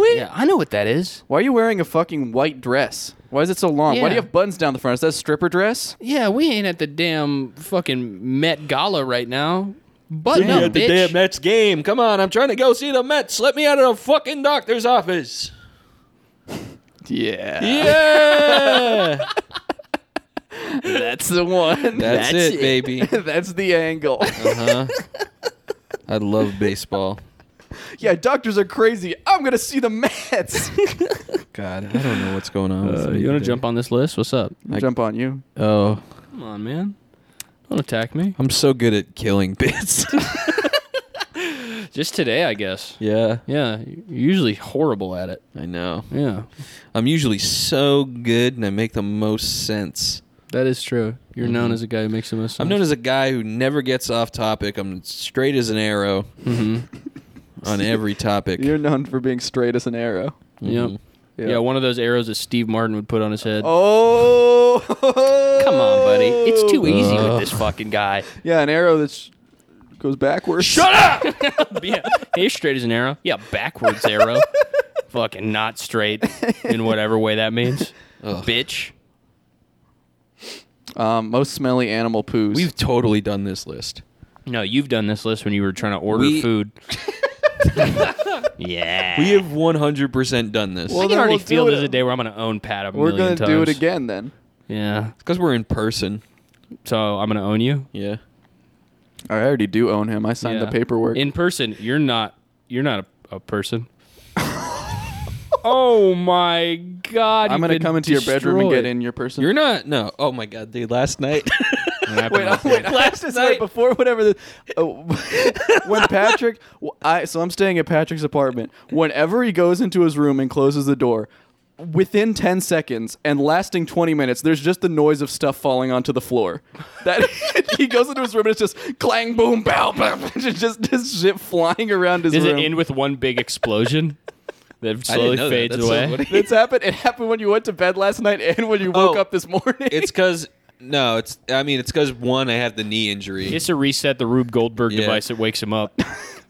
C: wee wee.
A: yeah, I know what that is.
B: Why are you wearing a fucking white dress? Why is it so long? Why do
A: Yeah.
B: you have buttons down the front? Is that a stripper dress?
A: Yeah, we ain't at the damn fucking Met Gala right now. Button
C: Yeah,
A: up,
C: the
A: bitch.
C: damn Mets game. Come on, I'm trying to go see the Mets. Let me out of the fucking doctor's office.
B: Yeah,
C: Yeah,
B: that's the one.
C: that's, it, baby.
B: that's the angle.
C: Uh-huh. I love baseball.
B: yeah, doctors are crazy. I'm gonna see the Mets.
C: God, I don't know what's going on. with
A: Uh,
C: me
A: you want to
C: today.
A: jump on this list? What's up?
B: Jump on you.
C: Oh,
A: Come on, man. Don't attack me.
C: I'm so good at killing bits.
A: Just today, I guess.
C: yeah,
A: Yeah, you're usually horrible at it.
C: I know.
A: Yeah,
C: I'm usually so good, and I make the most sense.
A: that is true. You're known as a guy who makes the most.
C: I'm Mm-hmm. known as a guy who never gets off topic. I'm straight as an arrow
A: Mm-hmm.
C: on every topic.
B: You're known for being straight as an arrow.
A: Yep. Mm-hmm. Yeah. one of those arrows that Steve Martin would put on his head.
B: Oh,
A: Come on, buddy. It's too easy
C: Uh.
A: with this fucking guy.
B: Yeah, an arrow that sh- goes backwards.
A: Shut up! yeah. Hey, straight as an arrow. Yeah, backwards arrow. fucking not straight in whatever way that means.
C: Ugh.
A: Bitch.
B: Um, most smelly animal poos.
C: We've totally done this list.
A: No, you've done this list when you were trying to order
C: We-
A: food. yeah.
C: We have 100% done this.
A: I
B: Well,
A: can
B: then
A: already
B: we'll do
A: feel
B: it.
A: there's a day where I'm going to own Pat a
B: We're
A: million
B: gonna
A: times.
B: do it again then.
A: Yeah.
C: because we're in person.
A: So I'm going to own you.
C: Yeah.
B: I already do own him. I signed
A: Yeah.
B: the paperwork.
A: in person. You're not. You're not a, a person. oh my god!
B: I'm
A: you've
B: gonna
A: been
B: come into your bedroom and
A: destroyed.
B: get in your person.
C: You're not. No. Oh, my God, dude. Last night.
A: What happened
B: Wait,
A: last
B: oh,
A: night?
B: wait, last night before whatever the oh, when Patrick, w- I so I'm staying at Patrick's apartment. Whenever he goes into his room and closes the door, within 10 seconds and lasting 20 minutes, there's just the noise of stuff falling onto the floor. That he goes into his room and it's just clang, boom, bow, bow, just just this shit flying around his
A: Does
B: room.
A: it end with one big explosion that
C: I didn't
A: slowly
C: know that.
A: fades
C: That's so
A: away?
C: funny.
B: it's happened. It happened when you went to bed last night and when you woke
C: Oh,
B: up this morning.
C: it's because. No, it's. I mean, it's because one, I have the knee injury.
A: It's a reset the Rube Goldberg
C: Yeah.
A: device that wakes him up.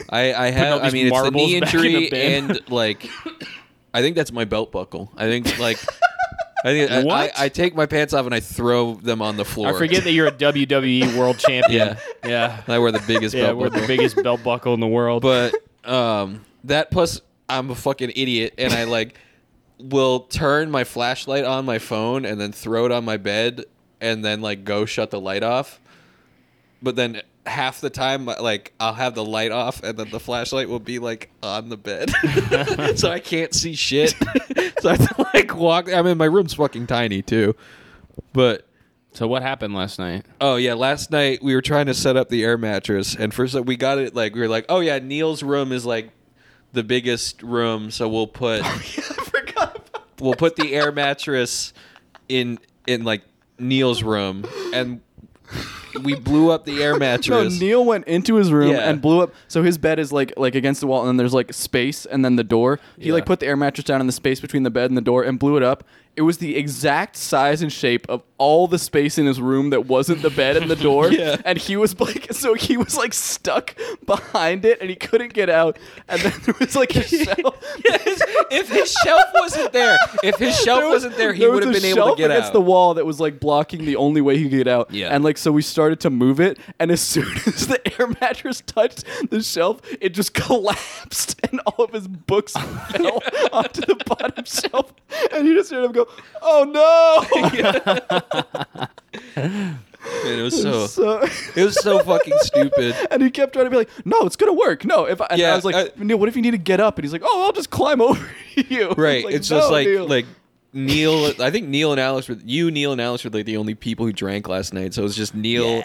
C: I, I
A: all
C: have. I
A: these
C: mean, it's the
A: marbles
C: knee
A: back in the
C: injury
A: bin.
C: and like. I think that's my belt buckle. I think like. I think I-
A: What?
C: I, I take my pants off and I throw them on the floor.
A: I forget that you're a WWE World Champion. Yeah, yeah,
C: And I wear the biggest
A: yeah.
C: belt
A: We're
C: buckle.
A: the biggest belt buckle in the world.
C: but um, that plus I'm a fucking idiot and I like will turn my flashlight on my phone and then throw it on my bed and then like go shut the light off. But then half the time uh, like I'll have the light off and then the flashlight will be like on the bed. so I can't see shit. so I have to like walk I mean my room's fucking tiny too. But
A: So what happened last night?
C: Oh yeah, last night we were trying to set up the air mattress, and first we got it like we were like, oh yeah, Neil's room is like the biggest room, so we'll put
B: Oh, I forgot about
C: we'll put the air mattress in in like Neil's room, and we blew up the air
B: No,
C: mattress.
B: Neil went into his room
C: Yeah.
B: and blew up. So his bed is like like against the wall, and then there's like space, and then the door. He
C: Yeah.
B: like put the air mattress down in the space between the bed and the door, and blew it up. It was the exact size and shape of all the space in his room that wasn't the bed and the door.
C: Yeah.
B: And he was like, so he was like stuck behind it, and he couldn't get out. And then there was like a shell.
C: if his shelf wasn't there, if his shelf
B: There was-
C: wasn't there, he
B: there was
C: would have
B: a
C: been able to
B: shelf
C: get
B: against
C: out.
B: the wall that was like blocking the only way he could get out.
C: Yeah.
B: And like so we started to move it, and as soon as the air mattress touched the shelf, it just collapsed, and all of his books fell onto the bottom shelf, and you just heard him go, "Oh no!"
C: And it was so
B: So-
C: it was so fucking stupid.
B: And he kept trying to be like, "No, it's gonna work. No." If I, and
C: Yeah,
B: I was like,
C: I-
B: "Neil, what if you need to get up?" And he's like, "Oh, I'll just climb over you."
C: Right. it's just
B: "No,
C: like
B: Neil."
C: like Neil. I think Neil and Alex were you. Neil and Alex were like the only people who drank last night, so it was just Neil.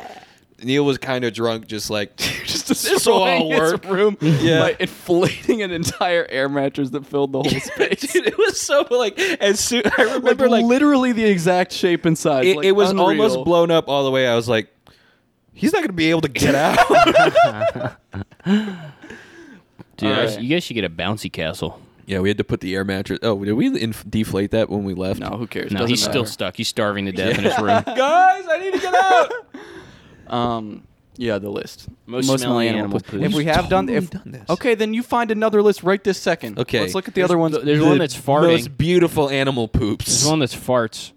C: Neil was kind of drunk, just like
B: just
C: will all
B: destroying
C: work.
B: his room
C: Yeah.
B: by inflating an entire air mattress that filled the whole space.
C: Dude, it was so like as soon I
B: like,
C: remember like,
B: literally the exact shape and size.
C: it,
B: like,
C: it was
B: unreal.
C: almost blown up all the way. I was like, he's not gonna be able to get out.
A: Dude,
C: All
A: I-
C: right.
A: you guys should get a bouncy castle.
C: yeah, we had to put the air mattress. Oh, did we inf- deflate that when we left?
B: No, who cares?
A: No,
B: Doesn't
A: he's still
B: matter.
A: stuck. He's starving to death in his room.
C: guys, I need to get out.
B: Um, yeah, the list.
A: Most smelly animal poo.
B: If we
C: We've
B: have done,
C: totally
B: if,
C: done this.
B: okay, then you find another list right this second.
C: Okay.
B: let's look at the other ones.
A: There's one that's farting.
C: Most beautiful animal
A: There's
C: poops.
A: one that's farts.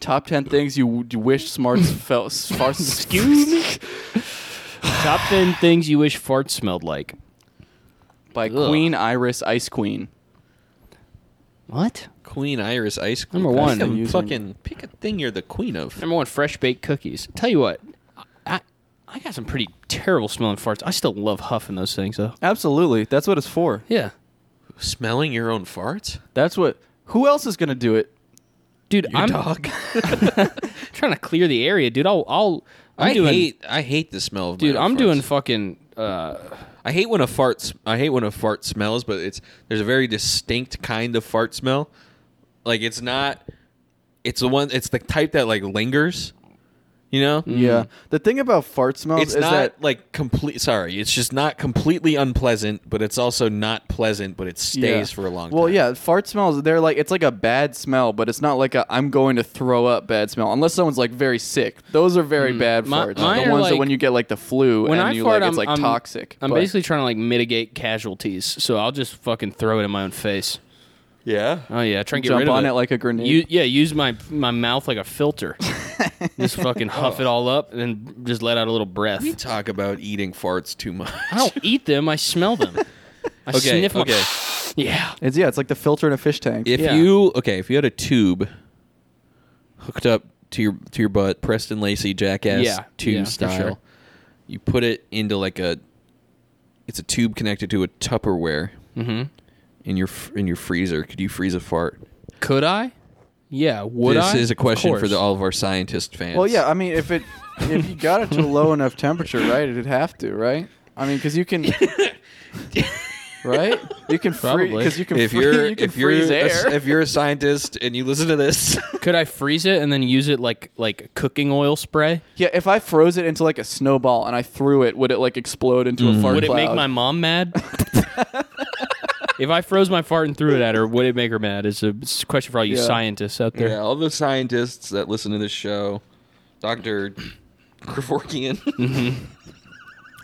B: top ten things you, you wish smarts felt. Farts.
A: Excuse me. Top ten things you wish farts smelled like.
B: By
A: Ugh.
B: Queen Iris Ice Queen.
A: What?
C: Queen Iris ice cream.
A: Number one.
C: Pick a
B: Using-
C: fucking pick a thing you're the queen of.
A: Number one, fresh baked cookies. Tell you what, I I got some pretty terrible smelling farts. I still love huffing those things though.
B: Absolutely, that's what it's for.
A: Yeah,
C: Smelling your own farts.
B: That's what. Who else is gonna do it?
A: dude,
C: Your
A: I'm
C: dog.
A: trying to clear the area, dude. I'll I'll I'm
C: I
A: doing,
C: hate. I hate the smell of. my
A: dude.
C: own
A: I'm
C: farts.
A: doing fucking. Uh,
C: I hate when a fart. s- I hate when a fart smells, but it's there's a very distinct kind of fart smell. Like it's not. It's the one. It's the type that like lingers. You know.
A: Mm.
B: Yeah. Mm. The thing about fart smells
C: It's
B: is
C: not
B: that
C: like complete. Sorry, it's just not completely unpleasant, but it's also not pleasant. But it stays
B: yeah.
C: for a long
B: Well,
C: time.
B: yeah, fart smells they're like it's like a bad smell, but it's not like a I'm going to throw up bad smell unless someone's like very sick. Those are very bad
A: Mm. My-
B: farts.
A: mine
B: the
A: are
B: ones that
A: like-
B: when you get like the flu
A: when
B: and
A: I
B: you
A: fart,
B: like
A: I'm,
B: it's like
A: I'm-
B: toxic.
A: I'm
B: but-
A: basically trying to like mitigate casualties, so I'll just fucking throw it in my own face.
C: Yeah.
A: Oh yeah, try and get
B: jump
A: rid of
B: on
A: it.
B: it. like a grenade.
A: You, yeah, use my my mouth like a filter. just fucking huff it all up and then just let out a little breath.
C: We talk about eating farts too much.
A: I don't eat them. I smell them. I
C: Okay,
A: sniff them.
C: okay.
A: Yeah.
B: it's yeah, it's like the filter in a fish tank.
C: If
A: Yeah.
C: you okay, if you had a tube hooked up to your to your butt, Preston Lacey jackass
A: Yeah,
C: tube
A: yeah, for
C: style,
A: sure.
C: you put it into like a it's a tube connected to a Tupperware
A: Mm-hmm.
C: in your f- in your freezer. Could you freeze a fart?
A: Could I? Yeah. Would
C: this
A: I?
C: is a
A: Of
C: question for
A: course.
C: the, all of our scientist fans.
B: well, yeah, I mean if it if you got it to a low enough temperature, right? It'd have to, right? I mean cuz you can Right? You can freeze
A: Probably.
B: because you can,
C: if
B: free-
C: you're
B: you can
C: if you're
B: freeze
C: a,
B: air.
C: if you're a scientist and you listen to this,
A: Could I freeze it and then use it like like cooking oil spray?
B: Yeah, if I froze it into like a snowball and I threw it, would it like explode into a fart
A: Mm-hmm. Would
B: cloud?
A: it make my mom mad? if I froze my fart and threw it at her, would it make her mad? It's a it's a question for all you
B: Yeah.
A: scientists out there.
C: yeah, all the scientists that listen to this show, Doctor Kevorkian,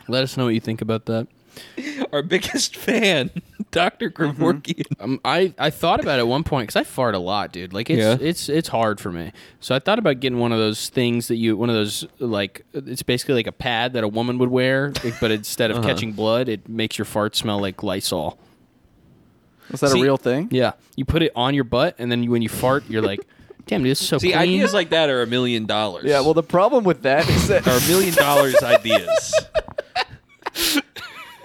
A: Let us know what you think about that.
C: our biggest fan, Doctor Kevorkian.
A: Um, I, I thought about it at one point because I fart a lot, dude. Like it's
C: Yeah.
A: it's it's hard for me. So I thought about getting one of those things that you one of those like it's basically like a pad that a woman would wear, like, but instead of
C: Uh-huh.
A: catching blood, it makes your fart smell like Lysol.
B: Is that
C: See-
B: a real thing?
A: Yeah, you put it on your butt, and then you, when you fart, you're like, "Damn, dude, this is so
C: See,
A: clean."
C: ideas like that are a million dollars.
B: Yeah. Well, the problem with that is that
C: are a million dollars ideas.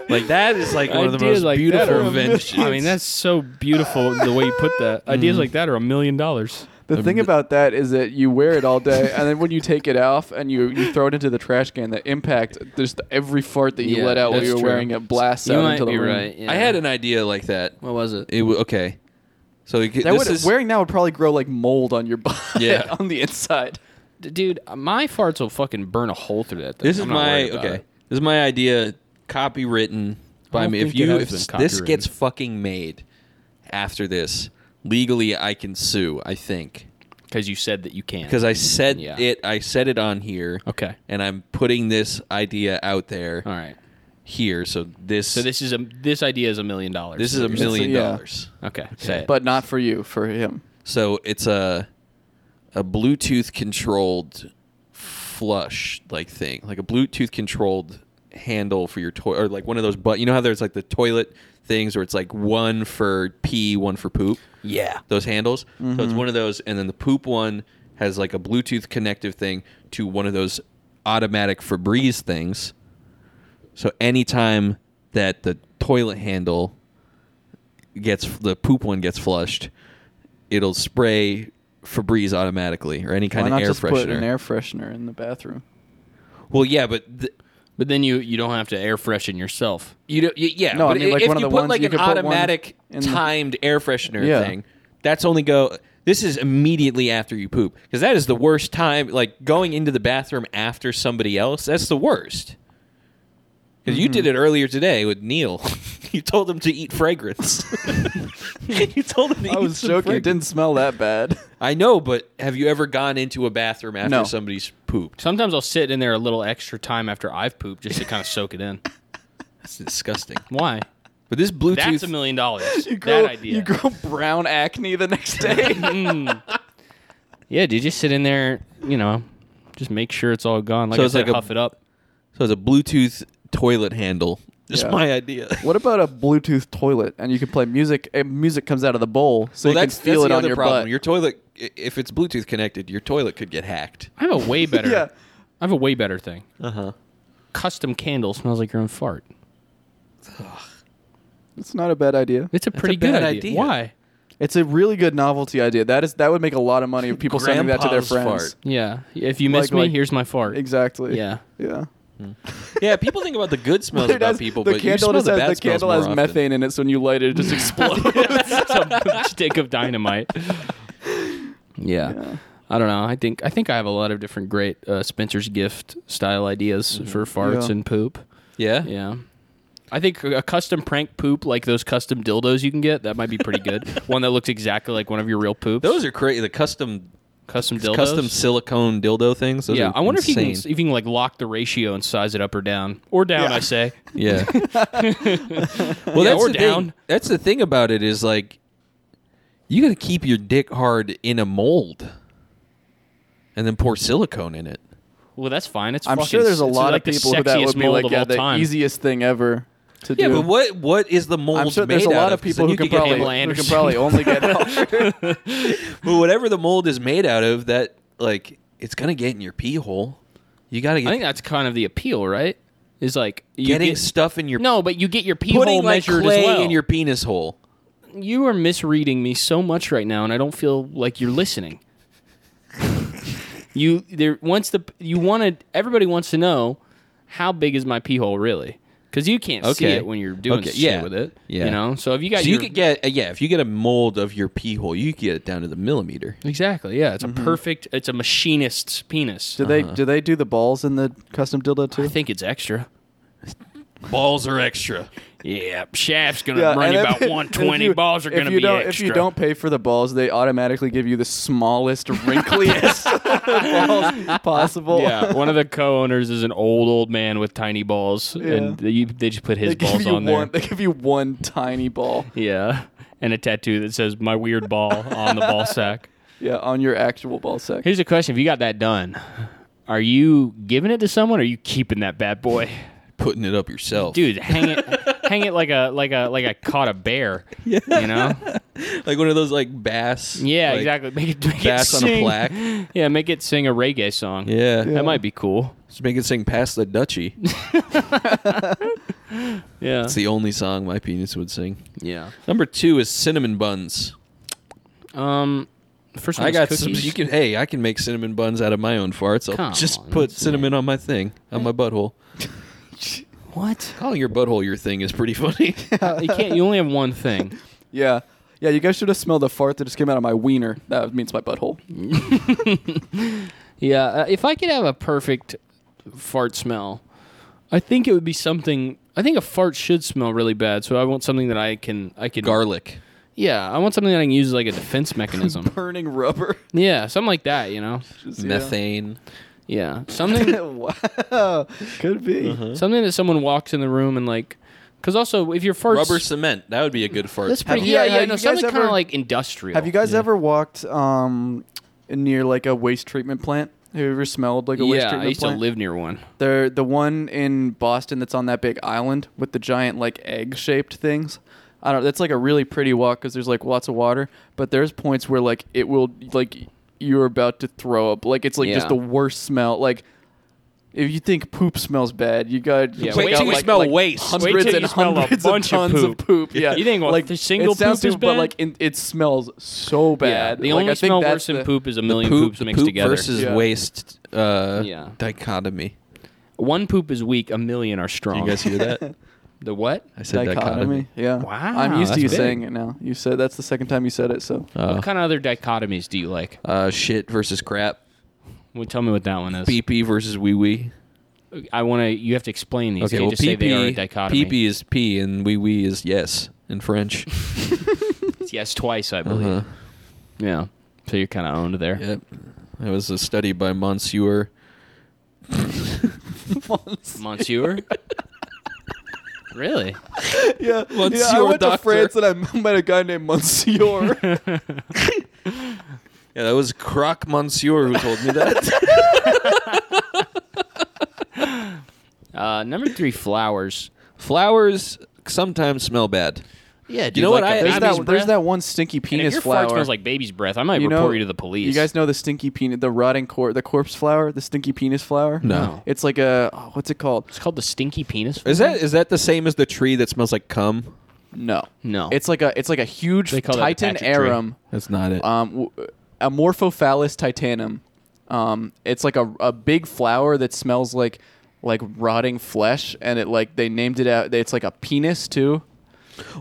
C: like that is like one of the
A: Ideas
C: most
A: like that
C: beautiful
A: are a
C: inventions. Mm-hmm.
A: I mean, that's so beautiful the way you put that. Ideas like that are a million dollars.
B: The thing about that is that you wear it all day, and then when you take it off and you, you throw it into the trash can, the impact just every fart that you
A: Yeah,
B: let out while
A: that's
B: you were
A: true.
B: wearing it blasts
A: You
B: out
A: might
B: into the
A: be
B: room.
A: right. Yeah.
C: I had an idea like that.
A: What was it?
C: It w- okay. So you could,
B: That
C: this
B: would,
C: is
B: wearing that would probably grow like mold on your body,
C: Yeah.
B: on the inside.
A: D- Dude, my farts will fucking burn a hole through that thing.
C: this is
A: I'm not
C: my
A: worried about
C: okay.
A: it.
C: This is my idea, copywritten by
A: don't
C: me. If
A: think it
C: you
A: has
C: if
A: been
C: s- this
A: copywritten.
C: gets fucking made after this legally, I can sue. I think
A: Because you said that you can.
C: because I said
A: Yeah.
C: it. I said it on here.
A: Okay.
C: and I'm putting this idea out there
A: All right.
C: here. So this
A: So this is a this idea is a million dollars.
C: this is a
A: You're
C: million
B: yeah.
C: dollars.
A: saying- Okay. Say it.
B: But not for you, for him.
C: So it's a a Bluetooth controlled flush like thing, like a Bluetooth controlled handle for your toy, or like one of those. But you know how there's like the toilet things where it's like one for pee, one for poop.
A: yeah.
C: Those handles. So
B: Mm-hmm.
C: it's one of those, and then the poop one has like a Bluetooth connective thing to one of those automatic Febreze things. So anytime that the toilet handle gets the poop one gets flushed, it'll spray Febreze automatically or any kind
B: Why not
C: of air
B: just put
C: freshener.
B: an air freshener in the bathroom?
C: well, yeah, but th-
A: But then you you don't have to air freshen yourself.
C: you don't. y- Yeah,
B: No, I
C: but
B: mean, like,
C: if
B: one of
C: you
B: the
C: put
B: ones
C: like
B: you
C: an
B: could put one
C: automatic
B: in the-
C: timed air freshener
B: Yeah.
C: thing, that's only go. This is immediately after you poop because that is the worst time. Like going into the bathroom after somebody else, that's the worst. Because you did it earlier today with Neil. you told him to eat fragrance. you told him to
B: I
C: eat
B: was
C: some
B: joking. It
C: fragrance.
B: didn't smell that bad.
C: I know, but have you ever gone into a bathroom after
B: No.
C: somebody's pooped?
A: Sometimes I'll sit in there a little extra time after I've pooped just to kind of soak it in.
C: That's disgusting.
A: Why?
C: But this Bluetooth.
A: That's a million dollars.
B: You grow,
A: that idea.
B: you grow brown acne the next day.
A: yeah, dude, just sit in there. You know, just make sure it's all gone. Like
C: So
A: I
C: it's
A: said,
C: like a-
A: huff it up.
C: so it's a Bluetooth toilet handle. Just
B: Yeah.
C: my idea.
B: What about a Bluetooth toilet and you can play music? And music comes out of the bowl, so you can feel it
C: the
B: on
C: other
B: your butt.
C: Your toilet, i- if it's Bluetooth connected, your toilet could get hacked.
A: I have a way better.
B: Yeah.
A: I have a way better thing.
C: Uh huh.
A: Custom candle smells like your own fart.
B: It's not a bad idea.
A: It's a pretty good
C: bad
A: idea.
C: idea.
A: Why?
B: It's a really good novelty idea. That is that would make a lot of money if people sending that to their
C: Grandpa's
B: friends.
A: Yeah. If you miss
B: Like-
A: me,
B: like-
A: here's my fart.
B: Exactly.
A: Yeah.
B: Yeah.
C: Yeah, people think about the good smells
B: It
C: about
B: has-
C: people,
B: the
C: but
B: candle
C: you smell
B: just
C: the
B: has,
C: bad
B: the candle
C: smells
B: has
C: more often.
B: methane in it, so when you light it, it just explodes.
A: Some stick of dynamite. Yeah. I don't know. I think I think I have a lot of different great uh, Spencer's gift style ideas for farts
B: Mm-hmm. Yeah.
A: and poop.
C: Yeah,
A: Yeah. I think a custom prank poop like those custom dildos you can get, that might be pretty good. One that looks exactly like one of your real poops.
C: those are crazy. The custom,
A: custom dildos.
C: custom silicone dildo things. Those
A: yeah,
C: are
A: I wonder if you
C: insane.
A: can if you can like lock the ratio and size it up or down or down. I say
C: Yeah. well, that's
A: or
C: the
A: down.
C: Thing. That's the thing about it is like, you got to keep your dick hard in a mold, and then pour silicone in it.
A: well, that's fine. It's
B: I'm
A: fucking-
B: sure there's a
A: it's
B: lot
A: like
B: of
A: the
B: people who that
A: sexiest
B: would be
A: mold
B: like,
A: of
B: yeah,
A: all
B: the
A: time.
B: easiest thing ever to
C: Yeah,
B: do.
C: but what what is the mold
B: I'm sure
C: made
B: there's a
C: out
B: lot
C: of
B: of
C: 'Cause
B: people
C: then
B: who
C: you
B: can
C: could get
A: Pamela
B: probably who can
A: Anderson.
B: probably only get help.
C: But whatever the mold is made out of, that like it's gonna get in your pee hole. You gotta
A: I think
C: get
A: that's kind of the appeal, right? Is like you
C: getting
A: get-
C: stuff in your
A: no, but you get your pee
C: putting
A: hole
C: like
A: measured
C: clay
A: as well.
C: in your penis hole.
A: you are misreading me so much right now, and I don't feel like you're listening. you there once the you wanted everybody wants to know how big is my pee hole really? Because you can't see
C: Okay.
A: it when you're doing
C: Okay,
A: shit
C: yeah.
A: with it.
C: Yeah.
A: You know, so if you got
C: so
A: your,
C: you could get uh, yeah, if you get a mold of your pee hole, you could get it down to the millimeter.
A: exactly yeah, it's a perfect it's a machinist's penis.
B: do they do they do the balls in the custom dildo too?
A: I think it's extra.
C: Balls are extra.
A: Yeah, shaft's gonna run
B: and
A: you
B: if-
A: about
B: and if
A: 120.
B: you-
A: Balls are
B: if
A: gonna
B: you
A: be
B: don't,
A: extra.
B: If you don't pay for the balls, they automatically give you the smallest, wrinkliest balls possible.
A: Yeah, one of the co-owners is an old old man with tiny balls, and they, you- they just put his
B: They give
A: balls
B: you
A: on there.
B: one. They give you one tiny ball.
A: Yeah, and a tattoo that says "My weird ball" on the ball sack.
B: Yeah, on your actual ball sack.
A: Here's a question: If you got that done, are you giving it to someone, or are you keeping that bad boy,
C: Putting it up yourself.
A: dude? Hang it, hang it like a like a like I caught a bear. Yeah. you know.
C: Like one of those like bass.
A: Yeah,
C: like,
A: exactly. Make it make it
C: Bass on a
A: sing.
C: plaque.
A: Yeah, make it sing a reggae song.
C: Yeah.
A: that might be cool.
C: Just make it sing past the Dutchie.
A: Yeah,
C: It's the only song my penis would sing.
A: yeah.
C: Number two is cinnamon buns.
A: Um, First one
C: I
A: was
C: got some.
A: cookies.
C: You can. Hey, I can make cinnamon buns out of my own farts. I'll
A: Come
C: just
A: on,
C: put
A: that's
C: cinnamon on my thing, on my butthole.
A: what?
C: Calling your butthole your thing is pretty funny.
A: you can't. You only have one thing.
B: Yeah. Yeah, you guys should have smelled the fart that just came out of my wiener. That means my butthole.
A: Yeah, uh, if I could have a perfect fart smell, I think it would be something. I think a fart should smell really bad, so I want something that I can. I can.
C: Garlic.
A: yeah, I want something that I can use as like a defense mechanism.
B: Burning rubber.
A: yeah, something like that. You know.
B: Just, yeah.
C: Methane.
A: Yeah, something.
B: wow. Could be.
A: something that someone walks in the room and like. Because also, if your farts.
C: Rubber cement. That would be a good fart.
A: That's
C: smell.
A: pretty.
B: you-
A: yeah,
B: yeah,
A: yeah.
B: have
A: No,
B: you guys
A: something kind of
B: ever-
A: like industrial.
B: Have you guys ever walked um, near like a waste treatment plant? Have you ever smelled like a waste
A: Yeah,
B: treatment
A: I used
B: plant?
A: to live near one.
B: They're the one in Boston that's on that big island with the giant like egg shaped things. I don't. That's like a really pretty walk because there's like lots of water, but there's points where like it will like you're about to throw up. Like it's like
A: Yeah.
B: just the worst smell. Like if you think poop smells bad, you got
A: Yeah,
B: you
A: wait
B: got,
A: till you
B: like,
C: smell
B: like,
C: waste.
B: Hundreds
A: Wait till
B: and
A: you smell a
B: hundreds
A: bunch
B: of
A: of
B: tons
A: poop.
B: of poop. Yeah,
A: You think what,
B: like
A: the single
B: it sounds
A: poop is
B: stupid, but
A: bad?
B: like in, it smells so bad.
A: Yeah, the
B: Like,
A: only
B: I think
A: smell
B: that's
A: worse than
B: the-
A: poop is a million
C: poop,
A: poops
C: the
A: mixed
C: poop
A: together.
C: versus
B: Yeah.
C: waste uh,
A: Yeah.
C: dichotomy.
A: One poop is weak, a million are
C: Do
A: strong.
C: you guys hear that?
A: the what?
C: I said
B: Dichotomy.
C: dichotomy.
B: Yeah.
A: Wow,
B: I'm used
A: that's
B: to you
A: big.
B: saying it now. You said that's the second time you said it, so
C: Uh,
A: What kind of other dichotomies do you like?
C: uh, shit versus crap.
A: Well, tell me what that one is.
C: PP versus wee wee.
A: I want to. You have to explain these.
C: Okay,
A: you
C: well,
A: just say they are a
C: PP,
A: dichotomy.
C: PP is P and wee wee is yes in French.
A: It's yes, twice I believe.
C: Uh-huh.
A: Yeah. So you're kind of owned there.
C: Yep. That was a study by Monsieur.
A: Monsieur. really?
B: Yeah, yeah. I
C: Monsieur
B: went to
C: Doctor.
B: France and I met a guy named Monsieur.
C: Yeah, that was Croc Monsieur who told me that.
A: Uh, number three, flowers.
C: Flowers sometimes smell bad.
A: Yeah. Dude,
C: know
A: like
C: what?
A: a
C: I-
B: there's
A: baby's
B: that. There's
A: breath.
B: that one stinky
A: And if
B: penis
A: your
B: flower.
A: fart smells like baby's breath, I might
B: You know-
A: report you to the police.
B: you guys know the stinky penis, the rotting core, the corpse flower, the stinky penis flower.
A: No.
B: it's like a oh, what's it called?
A: it's called the stinky penis.
C: Is that is that the same as the tree that smells like cum?
B: No,
A: No.
B: It's like a it's like a huge
A: They call that the
B: Titan
A: Patrick tree.
B: arum,
C: That's not it.
B: um, w- amorphophallus titanum. Um, it's like a, a big flower that smells like like rotting flesh, and it like they named it out. It's like a penis too.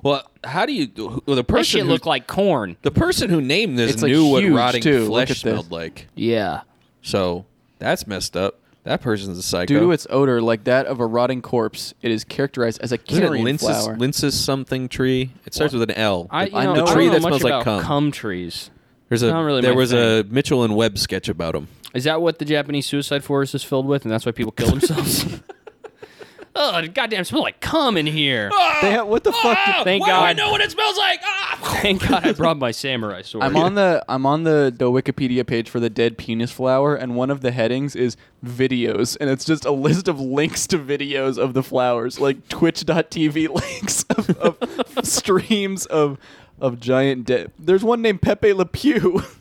C: well, how do you? Well, the
A: that
C: person
A: shit
C: who,
A: look like corn?
C: the person who named this
B: It's, like,
C: knew what
B: huge,
C: rotting
B: too. Look at
C: flesh
B: this.
C: smelled like.
A: Yeah.
C: So that's messed up. That person's a psycho.
B: Due to its odor, like that of a rotting corpse, it is characterized as a
C: Isn't it
B: carrion
C: linces,
B: flower.
C: linces something tree? It starts with an L.
A: I, you
B: I
A: know,
B: know-
A: I
B: tree
A: don't know
C: that
A: much
C: smells like
A: about
C: cum.
A: cum trees.
C: There's a
A: not really
C: there
A: my
C: was a Mitchell and Webb sketch about him.
A: Is that what the Japanese suicide forest is filled with, and that's why people kill themselves? oh, it goddamn smell like cum in here.
C: Oh,
B: They have, what the fuck? did-
A: Thank God. I know
C: what it smells like. Ah!
A: Thank God I brought my samurai sword.
B: I'm on the I'm on the the Wikipedia page for the dead penis flower, and one of the headings is videos, and it's just a list of links to videos of the flowers, like Twitch.tv links of, of streams of of giant dead. There's one named Pepe Le Pew.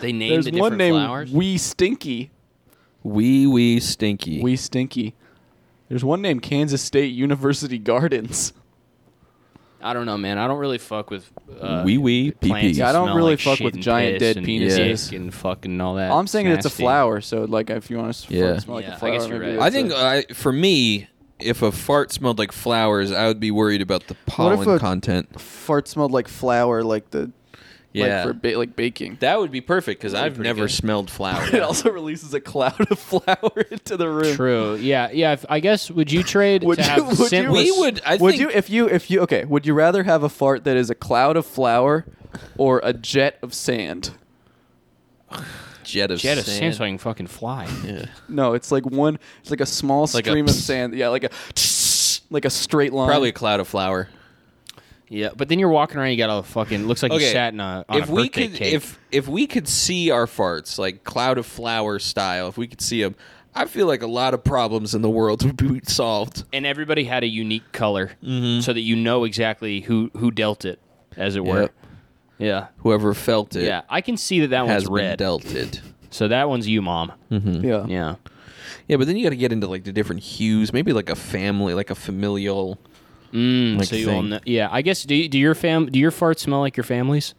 A: They named
B: There's
A: the different
B: one named
A: flowers.
B: Wee Stinky.
C: Wee wee stinky.
B: Wee Stinky. There's one named Kansas State University Gardens.
A: I don't know, man. I don't really fuck with uh,
C: Wee wee pee
A: plants.
C: pee.
A: that
B: Yeah, I don't
A: smell
B: really
A: like
B: fuck
A: shit
B: with
A: and
B: giant
A: piss
B: dead
A: and
B: penises.
A: dick and fucking all that.
B: All I'm saying is it's a
A: nasty.
B: flower, so like if you want to
C: Yeah.
B: yeah. smell like
A: Yeah,
B: a
A: I
B: flower,
A: guess you're
B: maybe
A: right.
B: that's
C: I think
B: it.
C: I, for me, if a fart smelled like flowers, I would be worried about the
B: What if
C: pollen
B: a-
C: content.
B: fart smelled like flour, like the
C: Yeah.
B: like for ba- like baking.
C: That would be perfect because
A: That'd
C: I've
A: be pretty
C: never
A: good.
C: smelled flowers.
B: It also releases a cloud of flour into the room.
A: True. Yeah. Yeah. If, I guess would you trade
B: Would
A: to
B: you-
A: have
B: would you-
A: scentless-
C: we would. I
B: would
C: think,
B: you if you if you okay? Would you rather have a fart that is a cloud of flour, or a jet of sand?
C: jet of
A: jet of
C: sand?
A: sand so I can fucking fly?
C: Yeah.
B: No, it's like one. It's like a small
C: Like a
B: stream of
C: psst.
B: sand. Yeah, like a like a straight line.
C: Probably a cloud of flour.
A: Yeah, but then you're walking around, you got all the fucking looks like you
C: Okay,
A: sat in a on
C: if
A: a
C: we
A: birthday
C: could,
A: cake.
C: if if we could see our farts like cloud of flower style, if we could see them, I feel like a lot of problems in the world would be solved.
A: and everybody had a unique color,
C: Mm-hmm.
A: so that you know exactly who who dealt it, as it were.
C: Yep.
A: Yeah,
C: Whoever felt it
A: yeah. I can see that that
C: has
A: one's
C: been
A: red.
C: dealt Hmm. it.
A: So that one's you, mom.
B: Yeah.
A: Mm-hmm. Yeah,
C: Yeah, but then you got to get into like the different hues. Maybe like a family, like a familial.
A: Mm,
C: Like
A: so you
C: thing.
A: all know. Yeah, I guess. Do, you- do your fam? Do your farts smell like your family's?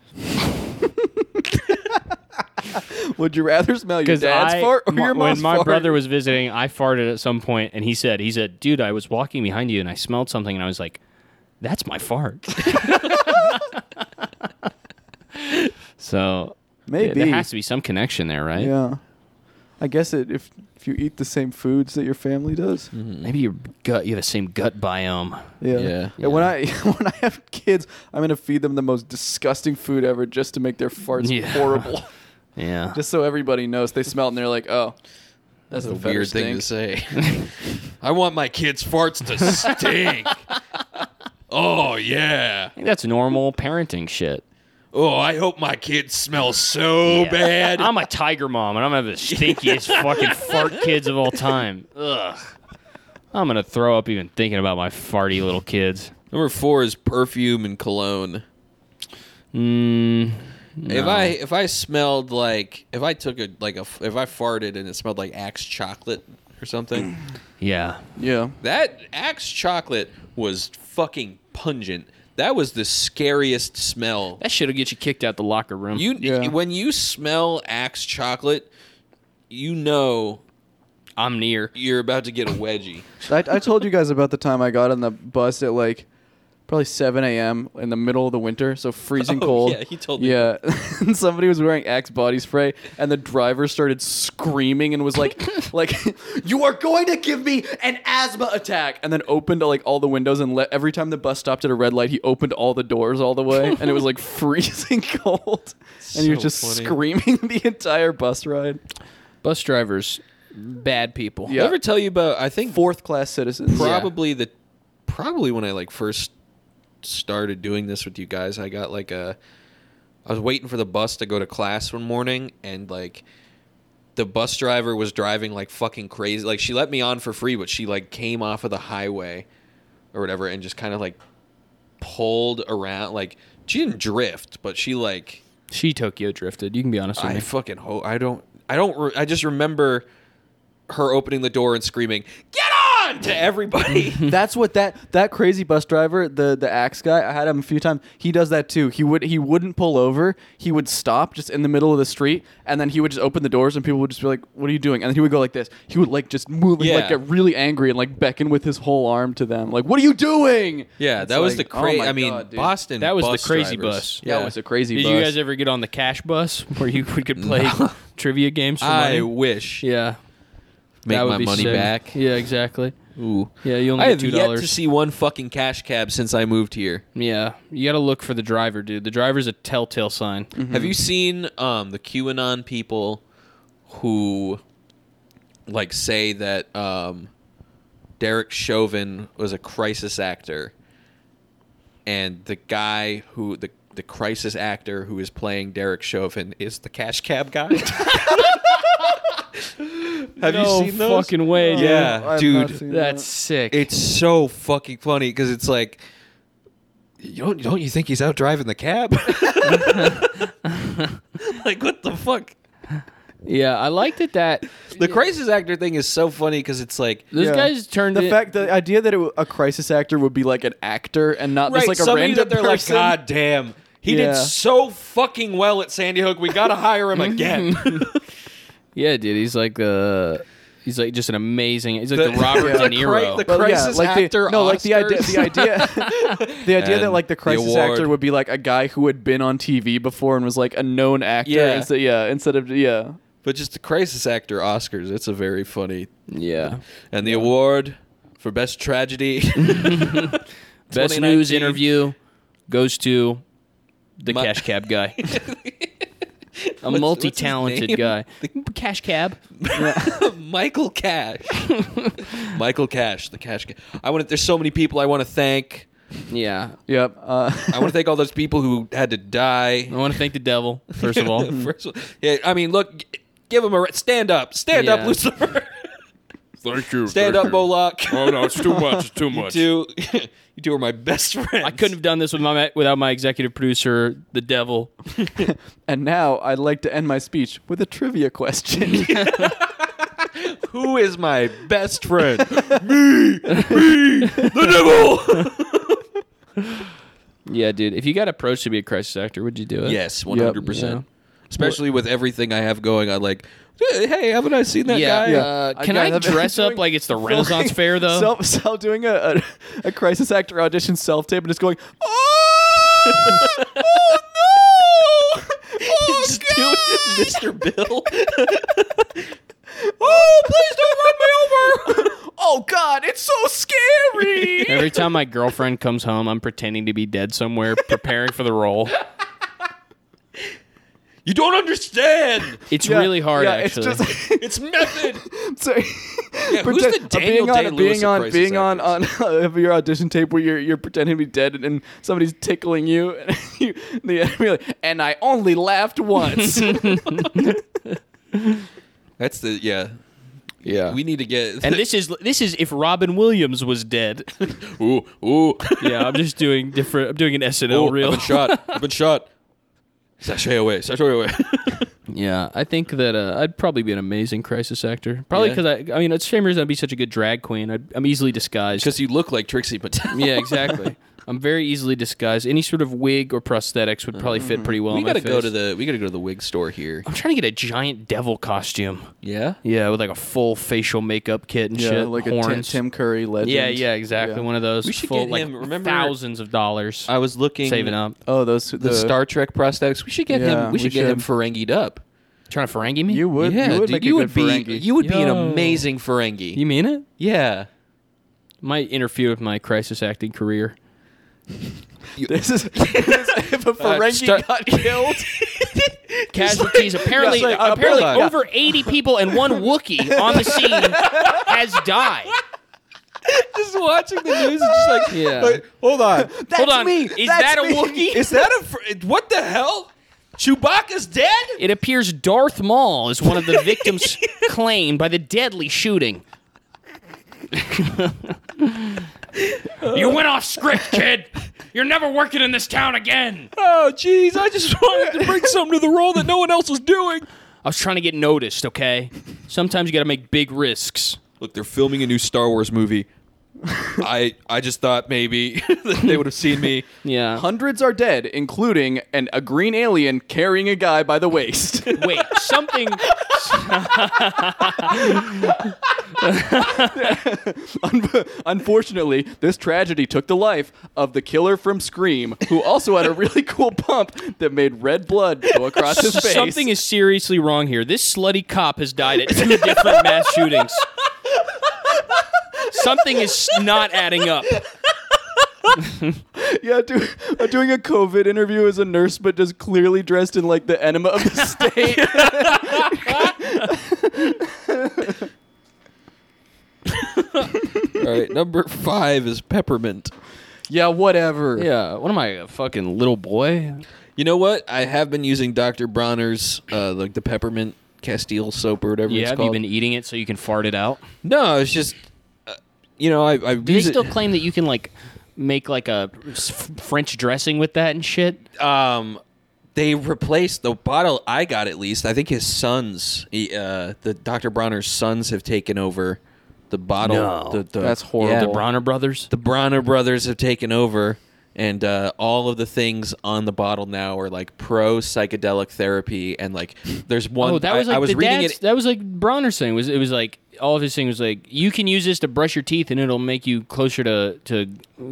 B: Would you rather smell your
A: Because
B: dad's
A: I,
B: fart or
A: my-
B: your mom's
A: when my
B: fart?
A: brother was visiting, I farted at some point, and he said, "He said, dude, I was walking behind you, and I smelled something, and I was like, that's my fart." so
B: Maybe.
A: there has to be some connection there, right?
B: yeah. I guess it if if you eat the same foods that your family does.
A: Maybe your gut, you have the same gut biome.
B: Yeah.
C: Yeah.
B: And when I when I have kids, I'm gonna feed them the most disgusting food ever just to make their farts
A: Yeah.
B: horrible.
A: Yeah.
B: just so everybody knows they smell it and they're like, oh, that's a
C: a
B: weird
C: weird thing
B: stink.
C: to say. I want my kids' farts to stink. oh yeah.
A: I think that's normal parenting shit.
C: Oh, I hope my kids smell so
A: Yeah.
C: bad.
A: I'm a tiger mom, and I'm gonna have the stinkiest fucking fart kids of all time. Ugh. I'm gonna throw up even thinking about my farty little kids.
C: Number four is perfume and cologne.
A: Mm,
C: If I if I smelled like if I took a like a if I farted and it smelled like Axe chocolate or something,
A: yeah.
B: Yeah.
C: that Axe chocolate was fucking pungent. That was the scariest smell.
A: That shit'll get you kicked out the locker room.
C: You
B: Yeah.
C: when you smell Axe chocolate, you know
A: I'm near.
C: you're about to get a wedgie.
B: I, I told you guys about the time I got on the bus at like probably 7 a.m. in the middle of the winter, so freezing
C: Oh,
B: cold.
C: yeah, you told me.
B: Yeah, and somebody was wearing Axe body spray, and the driver started screaming and was like, "Like, you are going to give me an asthma attack!" And then opened like all the windows and let every time the bus stopped at a red light, he opened all the doors all the way, and it was like freezing cold, and he was
C: So
B: just
C: funny.
B: screaming the entire bus ride.
A: Bus drivers, bad people.
B: Yeah.
C: Did I ever tell you about I think
B: Fourth class citizens.
C: probably the probably when I like first started doing this with you guys, I got like a I was waiting for the bus to go to class one morning and like the bus driver was driving like fucking crazy. Like she let me on for free, but she like came off of the highway or whatever and just kind of like pulled around like she didn't drift, but she like
A: She Tokyo drifted. You can be honest with
C: I
A: me.
C: fucking hope I don't. I don't. Re- I just remember her opening the door and screaming, "Get on!" to everybody.
B: That's what that that crazy bus driver, the the axe guy, I had him a few times. He does that too. He would he wouldn't pull over. He would stop just in the middle of the street, and then he would just open the doors, and people would just be like, "What are you doing?" And then he would go like this. He would like just move and like
C: Yeah.
B: get really angry and like becken with his whole arm to them, like, "What are you doing?"
C: Yeah,
B: It's
C: that was the
B: like, oh
C: crazy.
B: my
C: I mean,
B: God, dude.
C: Boston.
A: That was the
C: bus
A: crazy
C: drivers.
A: bus.
B: That was a crazy.
A: Did
B: bus.
A: you guys ever get on the cash bus where you could play trivia games for
C: I
A: money?
C: wish.
A: Yeah.
C: Make
A: that would
C: my
A: be
C: money
A: sick.
C: back.
A: Yeah, exactly.
C: Ooh.
A: Yeah, you only
C: I
A: get
C: have
A: two
C: yet to
A: dollars.
C: see one fucking cash cab since I moved here.
B: Mm-hmm.
A: Yeah, you got to look for the driver, dude. The driver's a telltale sign.
C: Have you seen um, the QAnon people who like say that um, Derek Chauvin was a crisis actor, and the guy who the the crisis actor who is playing Derek Chauvin is the cash cab guy? Have
A: no
C: you seen those?
A: fucking way, dude.
C: Yeah.
B: I have
C: dude,
B: Oh, not seen
A: That's sick.
C: It's so fucking funny because it's like, you don't don't you think he's out driving the cab? like what the fuck?
A: yeah, I like that. That
C: The crisis actor thing is so funny because it's like
A: those
B: Yeah.
A: guys turned
B: the
A: it-
B: fact the idea that it, w- a crisis actor would be like an actor and not just like a
C: somebody that
B: random
C: they're
B: person.
C: like, God damn, he
B: Yeah.
C: did so fucking well at Sandy Hook. We gotta hire him again.
A: Yeah, dude. He's like the. He's like just an amazing. He's like
C: The-
A: the, Robert
B: yeah.
A: De
C: The cra-
A: Niro.
C: the-
B: But
C: Crisis
B: yeah, like
C: actor
B: the, no, like the idea,
C: Oscars.
B: the idea, the idea that
C: And
B: like the
C: the
B: crisis
C: award.
B: actor would be like a guy who had been on TV before and was like a known actor.
C: Yeah.
B: instead, yeah, instead of yeah,
C: but just the crisis actor Oscars. It's a very funny
A: yeah.
C: and the award for best tragedy.
A: Best news
C: 2019.
A: interview goes to the
C: My-
A: cash cab guy. A
C: his
A: multi-talented
C: name?
A: guy. cash cab.
C: Michael Cash. Michael Cash, the Cash. Ca- I want. to There's so many people I want to thank.
A: Yeah.
B: yep. Uh,
C: I want to thank all those people who had to
A: I
C: die.
A: want to thank the devil first of all.
C: First of all- yeah, I mean, look, g- give him a re- stand up, stand
A: Yeah.
C: up, Lucifer,
D: Thank you.
C: stand
D: thank
C: up,
D: you.
C: Moloch.
D: Oh no, it's too much. It's too much.
C: You two, you two are my best friends.
A: I couldn't have done this with my without my executive producer, the devil.
B: and now I'd like to end my speech with a trivia question.
C: Who is my best friend? me, me, the devil.
A: Yeah, dude. If you got approached to be a crisis actor, would you do it?
C: yes, 100. percent especially with everything I have going. I like, hey, haven't I seen that
A: yeah.
C: guy?
B: Yeah.
A: Uh,
B: I
A: can
B: got
A: I
B: that-
A: dress up
B: doing-
A: like it's the Renaissance Fair though?
B: Self, self doing a, a, a crisis actor audition self tape and just going, "Ah, oh, oh no, oh
C: Just
B: God.
C: do it, Mr. Bill.
B: oh please don't run me over, oh God, it's so scary.
A: Every time my girlfriend comes home, I'm pretending to be dead somewhere, preparing for the role.
C: you don't understand.
A: It's
B: Yeah,
A: really hard,
B: yeah,
A: actually.
B: It's just,
C: It's method.
B: So,
C: Yeah, who's
B: pretend-
C: the
B: uh,
C: Daniel
B: being on,
C: Day
B: being
C: Lewis of
B: on,
C: crisis
B: being on, on uh, your audition tape where you're, you're pretending to be dead and, and somebody's tickling you, and you, the enemy like, and I only laughed once.
C: That's the yeah.
B: yeah,
C: We need to get
A: and this is this is if Robin Williams was dead.
C: ooh ooh.
A: yeah, I'm just doing different. I'm doing an SNL
C: Ooh,
A: reel.
C: I've been shot. I've been shot. Sashay
A: oh,
C: away. Sashay away.
A: Yeah, I think that uh, I'd probably be an amazing crisis actor. Probably
C: Yeah.
A: because I, I mean, it's a shame I'd be such a good drag queen. I'd, I'm easily disguised.
C: Because you look like Trixie Mattel.
A: yeah, exactly. I'm very easily disguised. Any sort of wig or prosthetics would probably
B: Mm-hmm.
A: fit pretty well.
C: we
A: on my
C: gotta go
A: face.
C: to the we gotta go to the wig store here.
A: I'm trying to get a giant devil costume.
C: Yeah.
A: Yeah, with like a full facial makeup kit and shit,
B: like
A: horns.
B: a Tim, Tim Curry legend.
A: Yeah, yeah, exactly.
B: Yeah.
A: One of those.
C: We should
A: full,
C: get
A: like,
C: him- remember-
A: thousands of dollars
C: I was looking
A: saving up.
B: Oh, those
C: the, Star Trek prosthetics. We should get him.
B: Yeah,
C: We
B: we
C: should get him
B: should.
C: Ferengi'd up.
A: Trying to Ferengi me?
B: You would,
C: yeah,
B: you would
C: dude,
B: make
C: you
B: a
C: would
B: good
C: be
B: Ferengi.
C: you would be an
A: Yo.
C: amazing Ferengi.
A: You mean it?
C: yeah.
A: Might interfere with my crisis acting career.
B: this is if a Ferengi
C: start-
B: got killed.
A: Casualties. apparently,
B: Yeah, it's like- uh,
A: apparently,
C: yeah.
A: over eighty people and one Wookiee on the scene has died.
C: Just watching the news, it's just like
A: Yeah.
C: hold on,
B: That's
A: Hold on,
B: me.
A: is
B: That's
A: that a
B: me.
A: Wookiee?
C: is that a Fre- what the hell? Chewbacca's dead.
A: It appears Darth Maul is one of the victims claimed by the deadly shooting. you went off script, kid. You're never working in this town again.
C: Oh, jeez, I just wanted to bring something to the role that no one else was doing.
A: I was trying to get noticed, okay? Sometimes you got to make big risks.
C: Look, they're filming a new Star Wars movie. I I just thought maybe that they would have seen me.
A: Yeah.
B: Hundreds are dead, including an, a green alien carrying a guy by the waist.
A: Wait, something.
B: Un- Unfortunately, this tragedy took the life of the killer from Scream, who also had a really cool pump that made red blood go across his face.
A: Something is seriously wrong here. This slutty cop has died at two different mass shootings. Something is not adding up.
B: yeah, do- uh, doing a COVID interview as a nurse, but just clearly dressed in like the enema of the state.
C: All right, number five is peppermint.
B: yeah, whatever.
A: Yeah, what am I, a fucking little boy?
C: You know what? I have been using Dr. Bronner's uh, like the peppermint Castile soap or whatever
A: Yeah,
C: it's
A: have you
C: called.
A: been eating it so you can fart it out?
C: no, it's just uh, you know I I
A: Do they
C: use it-
A: still claim that you can like make like a s- French dressing with that and shit?
C: um they replaced the bottle I got at least. I think his sons, he, uh, the Dr. Bronner's sons, have taken over the bottle.
A: No.
C: the, the,
B: That's horrible.
A: The
C: Yeah.
A: Bronner brothers.
C: Oh. the Bronner brothers have taken over, and uh, all of the things on the bottle now are like pro psychedelic therapy, and like there's one.
A: Oh, that was
C: I,
A: like
C: I was
A: the
C: reading
A: dad's,
C: it.
A: That was like Bronner's thing. Was it was like all of his thing was like you can use this to brush your teeth and it'll make you closer to to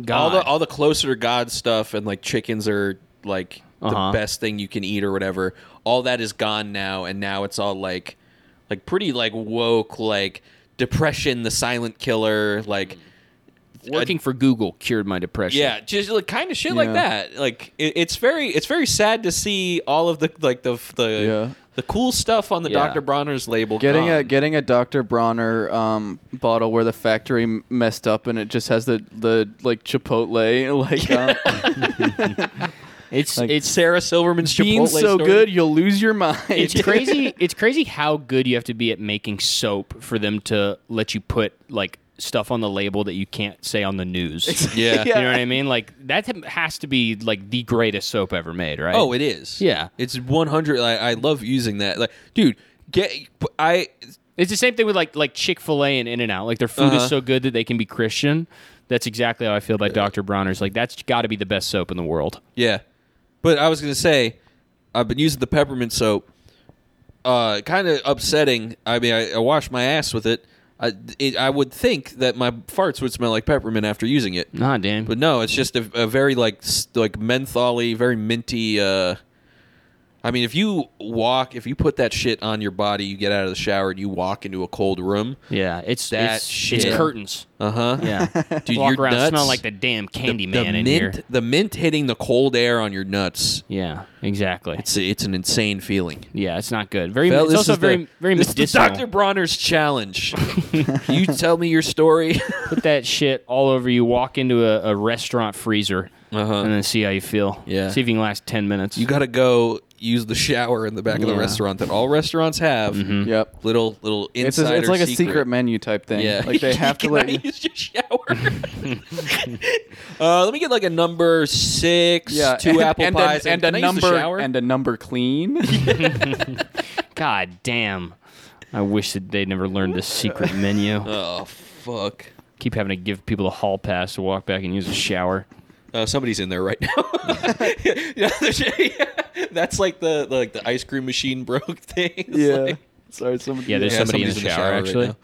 A: God.
C: All the all the closer to God stuff, and like chickens are like
A: Uh-huh.
C: the best thing you can eat or whatever. All that is gone now, and now it's all like, like pretty like woke like depression, the silent killer, like
A: Working for Google cured my depression.
C: Yeah, just like kind of shit like
B: Yeah.
C: that. Like it, it's very it's very sad to see all of the like the the
B: Yeah.
C: the cool stuff on the
A: Yeah.
C: Dr. Bronner's label.
B: Getting
C: gone.
B: a getting a Dr. Bronner um, bottle where the factory m- messed up and it just has the, the like Chipotle like um,
A: it's
B: Like,
A: it's
C: Sarah Silverman's
B: being
C: Chipotle
B: so
C: story.
B: good you'll lose your mind.
A: it's crazy. It's crazy how good you have to be at making soap for them to let you put like stuff on the label that you can't say on the news.
C: Yeah.
A: You know what I mean? Like that has to be like the greatest soap ever made, right?
C: Oh, it is.
A: Yeah.
C: it's one hundred. I, I love using that. Like, dude, get I.
A: It's the same thing with like like Chick Fil A and In and Out. Like their food
C: Uh-huh.
A: is so good that they can be Christian. That's exactly how I feel about Dr. Bronner's. Like that's got to be the best soap in the world.
C: Yeah, but I was gonna say, uh, I've been using the peppermint soap. Uh, kind of upsetting. I mean, I, I washed my ass with it. I, it. I would think that my farts would smell like peppermint after using it,
A: Nah, Dan.
C: but no, it's just a, a very like s- like mentholy, very minty. Uh, I mean, if you walk, if you put that shit on your body, you get out of the shower and you walk into a cold room.
A: yeah, it's
C: That
A: it's,
C: shit.
A: it's curtains.
C: Uh huh.
A: Yeah,
C: Dude,
A: walk
C: your
A: around
C: nuts
A: smell like the damn candy
C: the
A: man in
C: mint,
A: here.
C: The mint hitting the cold air on your nuts.
A: Yeah, exactly.
C: It's it's an insane feeling.
A: yeah, it's not good. Very,
C: Well,
A: it's
C: this
A: also
C: is
A: very,
C: the-
A: very
C: this is the
A: medicinal.
C: Dr. Bronner's challenge. you tell me your story.
A: Put that shit all over you. Walk into a, a restaurant freezer
C: Uh-huh.
A: and then see how you feel.
C: Yeah.
A: see if you can last ten minutes.
C: you got to go use the shower in the back of the
A: Yeah.
C: restaurant that all restaurants have.
B: Yep.
C: Little little insider
B: Mm-hmm. It's, a, it's like a
C: secret.
B: secret menu type thing.
C: Yeah,
B: Like they have to
C: Can
B: let
C: I
B: you.
C: use your shower. uh, let me get like a number six,
B: Yeah,
C: two
B: and,
C: apple
B: and
C: pies,
B: a, and,
C: can
B: a
C: I use the
B: number
C: shower?
B: and a number clean.
A: God damn. I wish that they'd never learned this secret menu.
C: oh fuck.
A: Keep having to give people a hall pass to walk back and use a shower.
C: Uh, somebody's in there right now. yeah, there's- yeah. that's like the like the ice cream machine broke thing. It's
B: yeah.
C: like-
B: Sorry, somebody.
A: Yeah, there's
C: Yeah,
A: somebody in the
C: somebody's in the
A: shower,
C: shower right
A: actually.
C: now.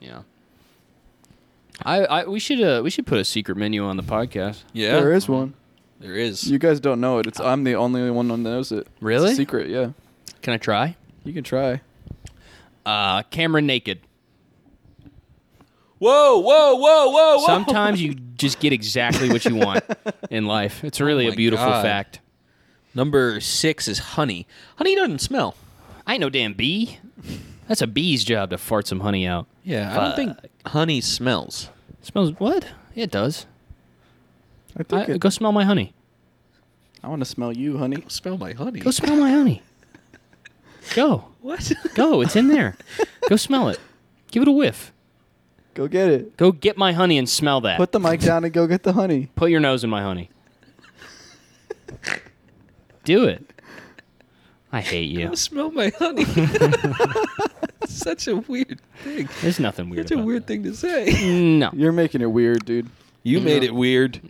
A: yeah. I, I we should uh, we should put a secret menu on the podcast.
C: yeah,
B: There is one.
C: There is.
B: You guys don't know it. It's I'm the only one who knows it. It's a
A: Really?
B: secret, yeah.
A: Can I try?
B: You can try.
A: Uh, camera naked.
C: whoa, whoa, whoa, whoa, whoa!
A: Sometimes you just get exactly what you want in life. It's really
C: my
A: a beautiful
C: God.
A: fact.
C: number six is honey. Honey doesn't smell.
A: I ain't no damn bee. That's a bee's job to fart some honey out.
C: Yeah, I don't think honey smells.
A: Smells what? It does.
B: I think
A: I,
B: it,
A: go smell my honey.
B: I want to smell you, honey.
C: Smell my honey.
A: Go smell my honey. Go.
C: What?
A: Go. It's in there. Go smell it. Give it a whiff.
B: Go get it.
A: Go get my honey and smell that.
B: Put the mic down and go get the honey.
A: Put your nose in my honey. Do it. I hate you.
C: smell my honey. Such a weird thing.
A: There's nothing weird.
C: Such a
A: about
C: weird thing to say.
A: that. No.
B: You're making it weird, dude.
C: You made it weird.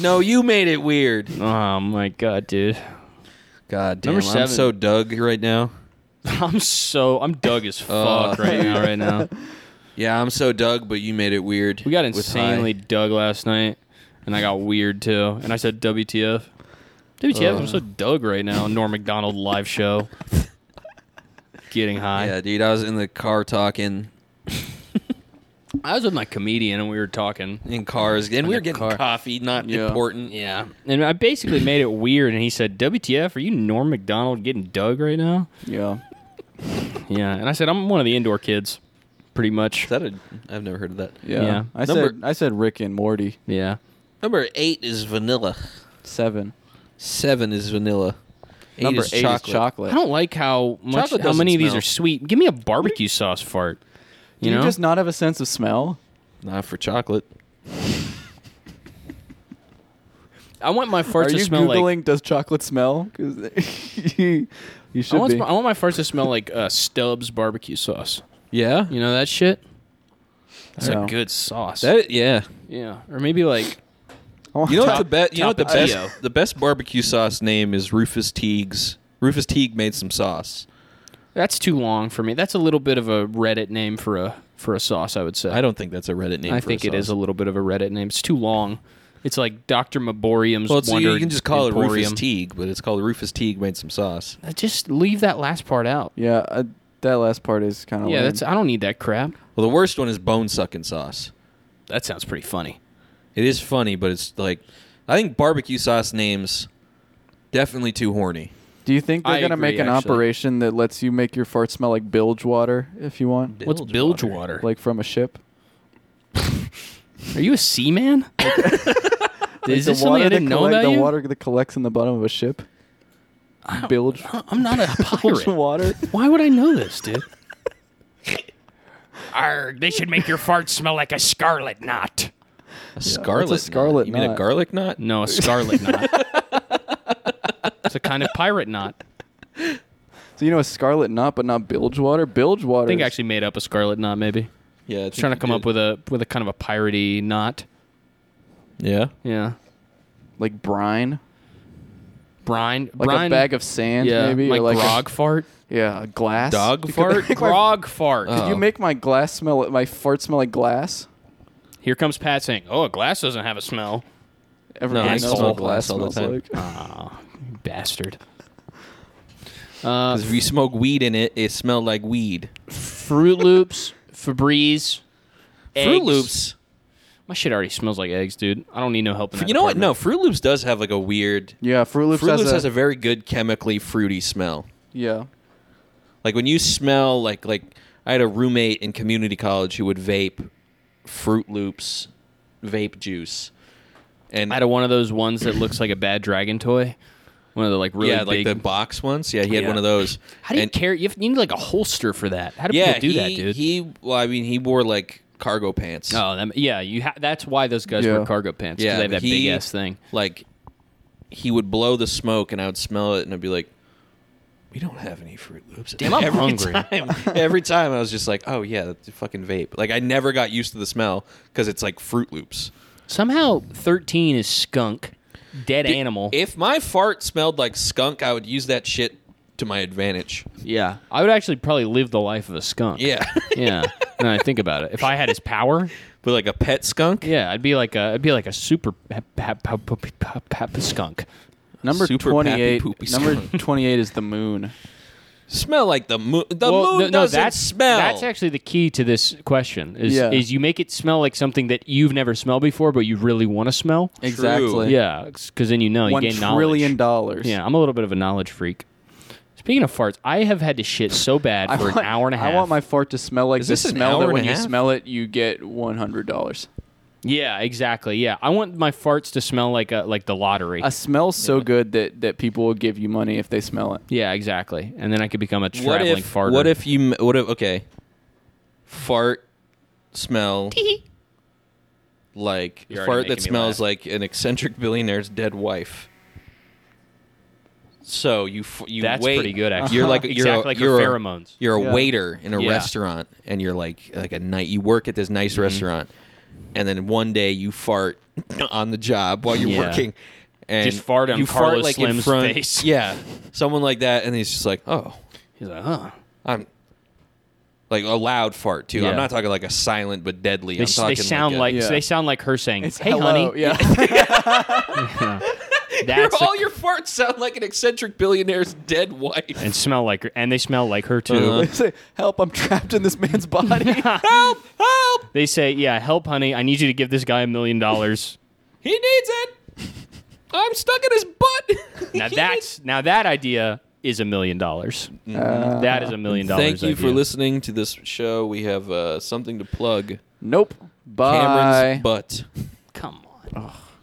C: no, you made it weird.
A: Oh my god, dude.
C: God damn,
A: Number
C: I'm
A: seven.
C: so Doug right now.
A: I'm so I'm Doug as
C: Oh.
A: fuck right now. Right now,
C: Yeah, I'm so Doug, but you made it weird.
A: we got
C: with
A: insanely
C: high.
A: Doug last night, and I got weird too. And I said WTF. WTF? I'm so Doug right now. Norm Macdonald live show. Getting high.
C: Yeah, dude, I was in the car talking
A: I was with my comedian and we were talking.
C: in cars, and we
A: the
C: were getting
A: car.
C: coffee. Not
B: Yeah.
C: important. Yeah,
A: And I basically made it weird, and he said, "WTF? Are you Norm Macdonald getting Doug right now?"
B: Yeah.
A: Yeah, and I said, "I'm one of the indoor kids, pretty much."
C: is that a? I've never heard of that.
B: Yeah.
A: Yeah.
B: I
C: Number-
B: said I said Rick and Morty.
A: Yeah,
C: Number eight is vanilla.
B: Seven.
C: Seven is vanilla. Eight
B: Number
C: is
B: eight
C: chocolate.
B: is
A: I
B: chocolate.
A: don't like how much
C: Chocolate
A: how
C: doesn't
A: many of these
C: smell.
A: are sweet. Give me a barbecue sauce fart.
B: Do
A: You
B: you
A: know,
B: just not have a sense of smell?
C: Not for chocolate.
A: I want my farts
B: Are
A: to
B: you
A: smell
B: googling
A: like.
B: does chocolate smell? Because you
A: I
B: should
A: want,
B: be.
A: I want my farts to smell like uh, Stubbs barbecue sauce.
C: Yeah.
A: You know that shit. That's
B: Yeah.
A: a good sauce.
C: That, yeah.
A: yeah, or maybe like
C: You know what the
A: Top-
C: best? You know what the
A: Tapatio.
C: best? The best barbecue sauce name is Rufus Teague's. Rufus Teague made some sauce.
A: that's too long for me. That's a little bit of a Reddit name for a for a sauce. I would say.
C: I don't think that's a Reddit name.
A: I
C: for
A: think
C: a
A: it is
C: sauce.
A: a little bit of a Reddit name. It's too long. It's like Dr. Maborium's
C: Well, it's,
A: Wonder
C: you can just call it Rufus
A: Emporium.
C: Teague, but it's called Rufus Teague made some sauce.
A: Uh, Just leave that last part out.
B: Yeah, I, that last part is kind of
A: Yeah, that's I don't need that crap.
C: Well, the worst one is bone sucking sauce.
A: That sounds pretty funny.
C: It is funny, but it's like I think barbecue sauce names definitely too horny.
B: Do you think they're
A: I
B: gonna
A: agree,
B: make an
A: actually.
B: operation that lets you make your fart smell like bilge water if you want,
A: What's bilge water?
B: like from a ship?
A: Are you a seaman? Is
B: the
A: this something I
B: that
A: didn't know
B: collect-
A: about
B: The
A: you?
B: water that collects in the bottom of a ship. Bilge,
A: I'm not a pirate.
B: bilge water.
A: Why would I know this, dude? Arg, they should make your fart smell like a scarlet knot.
C: A scarlet. knot.
B: scarlet
C: You mean a
B: knot?
C: garlic knot?
A: No, a scarlet knot. it's a kind of pirate knot.
B: So you know a scarlet knot, but not bilge water. Bilge water.
A: I think I
B: is-
A: actually made up a scarlet knot, maybe.
C: Yeah, I
A: Just trying to come up with a with a kind of a piratey knot.
C: Yeah.
A: Yeah.
B: like brine.
A: brine,
B: like
A: brine,
B: a bag of sand,
A: yeah,
B: maybe,
A: like,
B: or like
A: grog fart,
B: A, yeah, a glass.
C: Dog
B: You could
C: fart?
B: make my-
A: grog fart.
B: Could
C: Oh.
B: you make my glass smell? My fart smell like glass.
A: Here comes Pat saying, "Oh, a glass doesn't have a smell."
B: Everybody
A: I
B: knows
A: smell
B: what
C: glass
B: glass
C: all the
B: smells
C: time. Uh-huh.
B: like.
A: Ah, you bastard. Uh,
C: 'Cause if you smoke weed in it, it smelled like weed.
A: Fruit Loops, Febreze,
C: Fruit
A: eggs.
C: Loops.
A: My shit already smells like eggs, dude. I don't need no help in that.
C: You know what? No,
A: department.
C: Fruit Loops does have like a weird.
B: Yeah, Fruit Loops,
C: Fruit
B: has,
C: Loops
B: a,
C: has a very good chemically fruity smell.
B: yeah.
C: Like when you smell like like I had a roommate in community college who would vape Fruit Loops vape juice. And
A: I had a- one of those ones that looks like a bad dragon toy. One of the like really
C: yeah, like
A: big.
C: the box ones. Yeah, he had
A: Yeah.
C: one of those.
A: How do you
C: And-
A: carry? You have- you need like a holster for that. How do
C: Yeah,
A: people do
C: he,
A: that, dude?
C: He well, I mean, he wore like cargo pants.
A: oh, that, yeah. You ha- that's why those guys
B: Yeah.
A: wear cargo pants. 'cause
C: yeah,
A: they have
C: but
A: that
C: he-
A: big ass thing.
C: Like he would blow the smoke, and I would smell it, and I'd be like, "We don't have any Fruit Loops."
A: Damn, I'm
C: every
A: hungry.
C: Time, every time I was just like, "Oh yeah, that's a fucking vape." Like I never got used to the smell because it's like Fruit Loops.
A: Somehow, thirteen is skunk, dead animal.
C: If my fart smelled like skunk, I would use that shit to my advantage.
A: yeah, I would actually probably live the life of a skunk.
C: Yeah,
A: yeah. Now I think about it, if I had his power,
C: but like a pet skunk.
A: yeah, I'd be like a, I'd be like a super pap, pap, pap, pap, pap, pap- skunk.
B: Number
C: Super pappy
B: twenty-eight.
C: poopy
B: Number
C: smell.
B: twenty-eight is the moon.
C: Smell like the moon. The moon
A: th-
C: doesn't smell.
A: That's actually the key to this question. Is
B: Yeah.
A: is you make it smell like something that you've never smelled before, but you really want to smell.
B: Exactly.
A: Yeah, because then you know you
B: One
A: gain knowledge.
B: trillion dollars.
A: Yeah, I'm a little bit of a knowledge freak. Speaking of farts, I have had to shit so bad for an hour and a half.
B: I want my fart to smell like
C: Is
B: the
C: this an
B: smell
C: hour
B: that
C: and
B: when
C: a
B: you
C: half?
B: smell it, you get one hundred dollars.
A: yeah, exactly. Yeah, I want my farts to smell like a like the lottery.
B: A smell so good that that people will give you money if they smell it.
A: yeah, exactly. And then I could become a
C: what
A: traveling
C: if
A: farter.
C: what if you m- what if okay fart smell like
A: You're already
C: fart that
A: making me
C: smells
A: laugh.
C: like an eccentric billionaire's dead wife so you f- you
A: That's
C: wait
A: pretty good, actually.
C: you're like you're a,
A: Exactly like her
C: you're a-
A: pheromones.
C: you're a
B: Yeah.
C: waiter in a
A: Yeah. Mm-hmm.
C: restaurant and you're like like a night you work at this nice restaurant and then one day you fart on the job while you're
A: Yeah.
C: working and
A: Just fart on
C: you
A: Carlos
C: fart like in
A: Slim's
C: front,
A: face.
C: yeah someone like that and he's just like oh
A: He's like, huh?
C: I'm like a loud fart too.
A: Yeah.
C: I'm not talking like a silent but deadly.
A: They,
C: I'm
A: s-
C: talking
A: they sound
C: a-
A: like,
B: Yeah.
A: they sound like her saying,
B: It's
A: "Hey,
B: hello.
A: honey."
B: Yeah.
C: Your-
A: That's the-
C: all your farts sound like an eccentric billionaire's dead wife.
A: and smell like her, and they smell like her too.
C: Uh-huh.
B: they say, "Help! I'm trapped in this man's body."
C: help! Help!
A: They say, "Yeah, help, honey. I need you to give this guy a million dollars."
C: He needs it. I'm stuck in his butt.
A: Now that's now that idea is a million dollars. That is a million dollars.
C: Thank you for
A: idea.
C: listening to this show. We have uh, something to plug.
B: nope. Bye.
C: Cameron's butt.
A: Come on.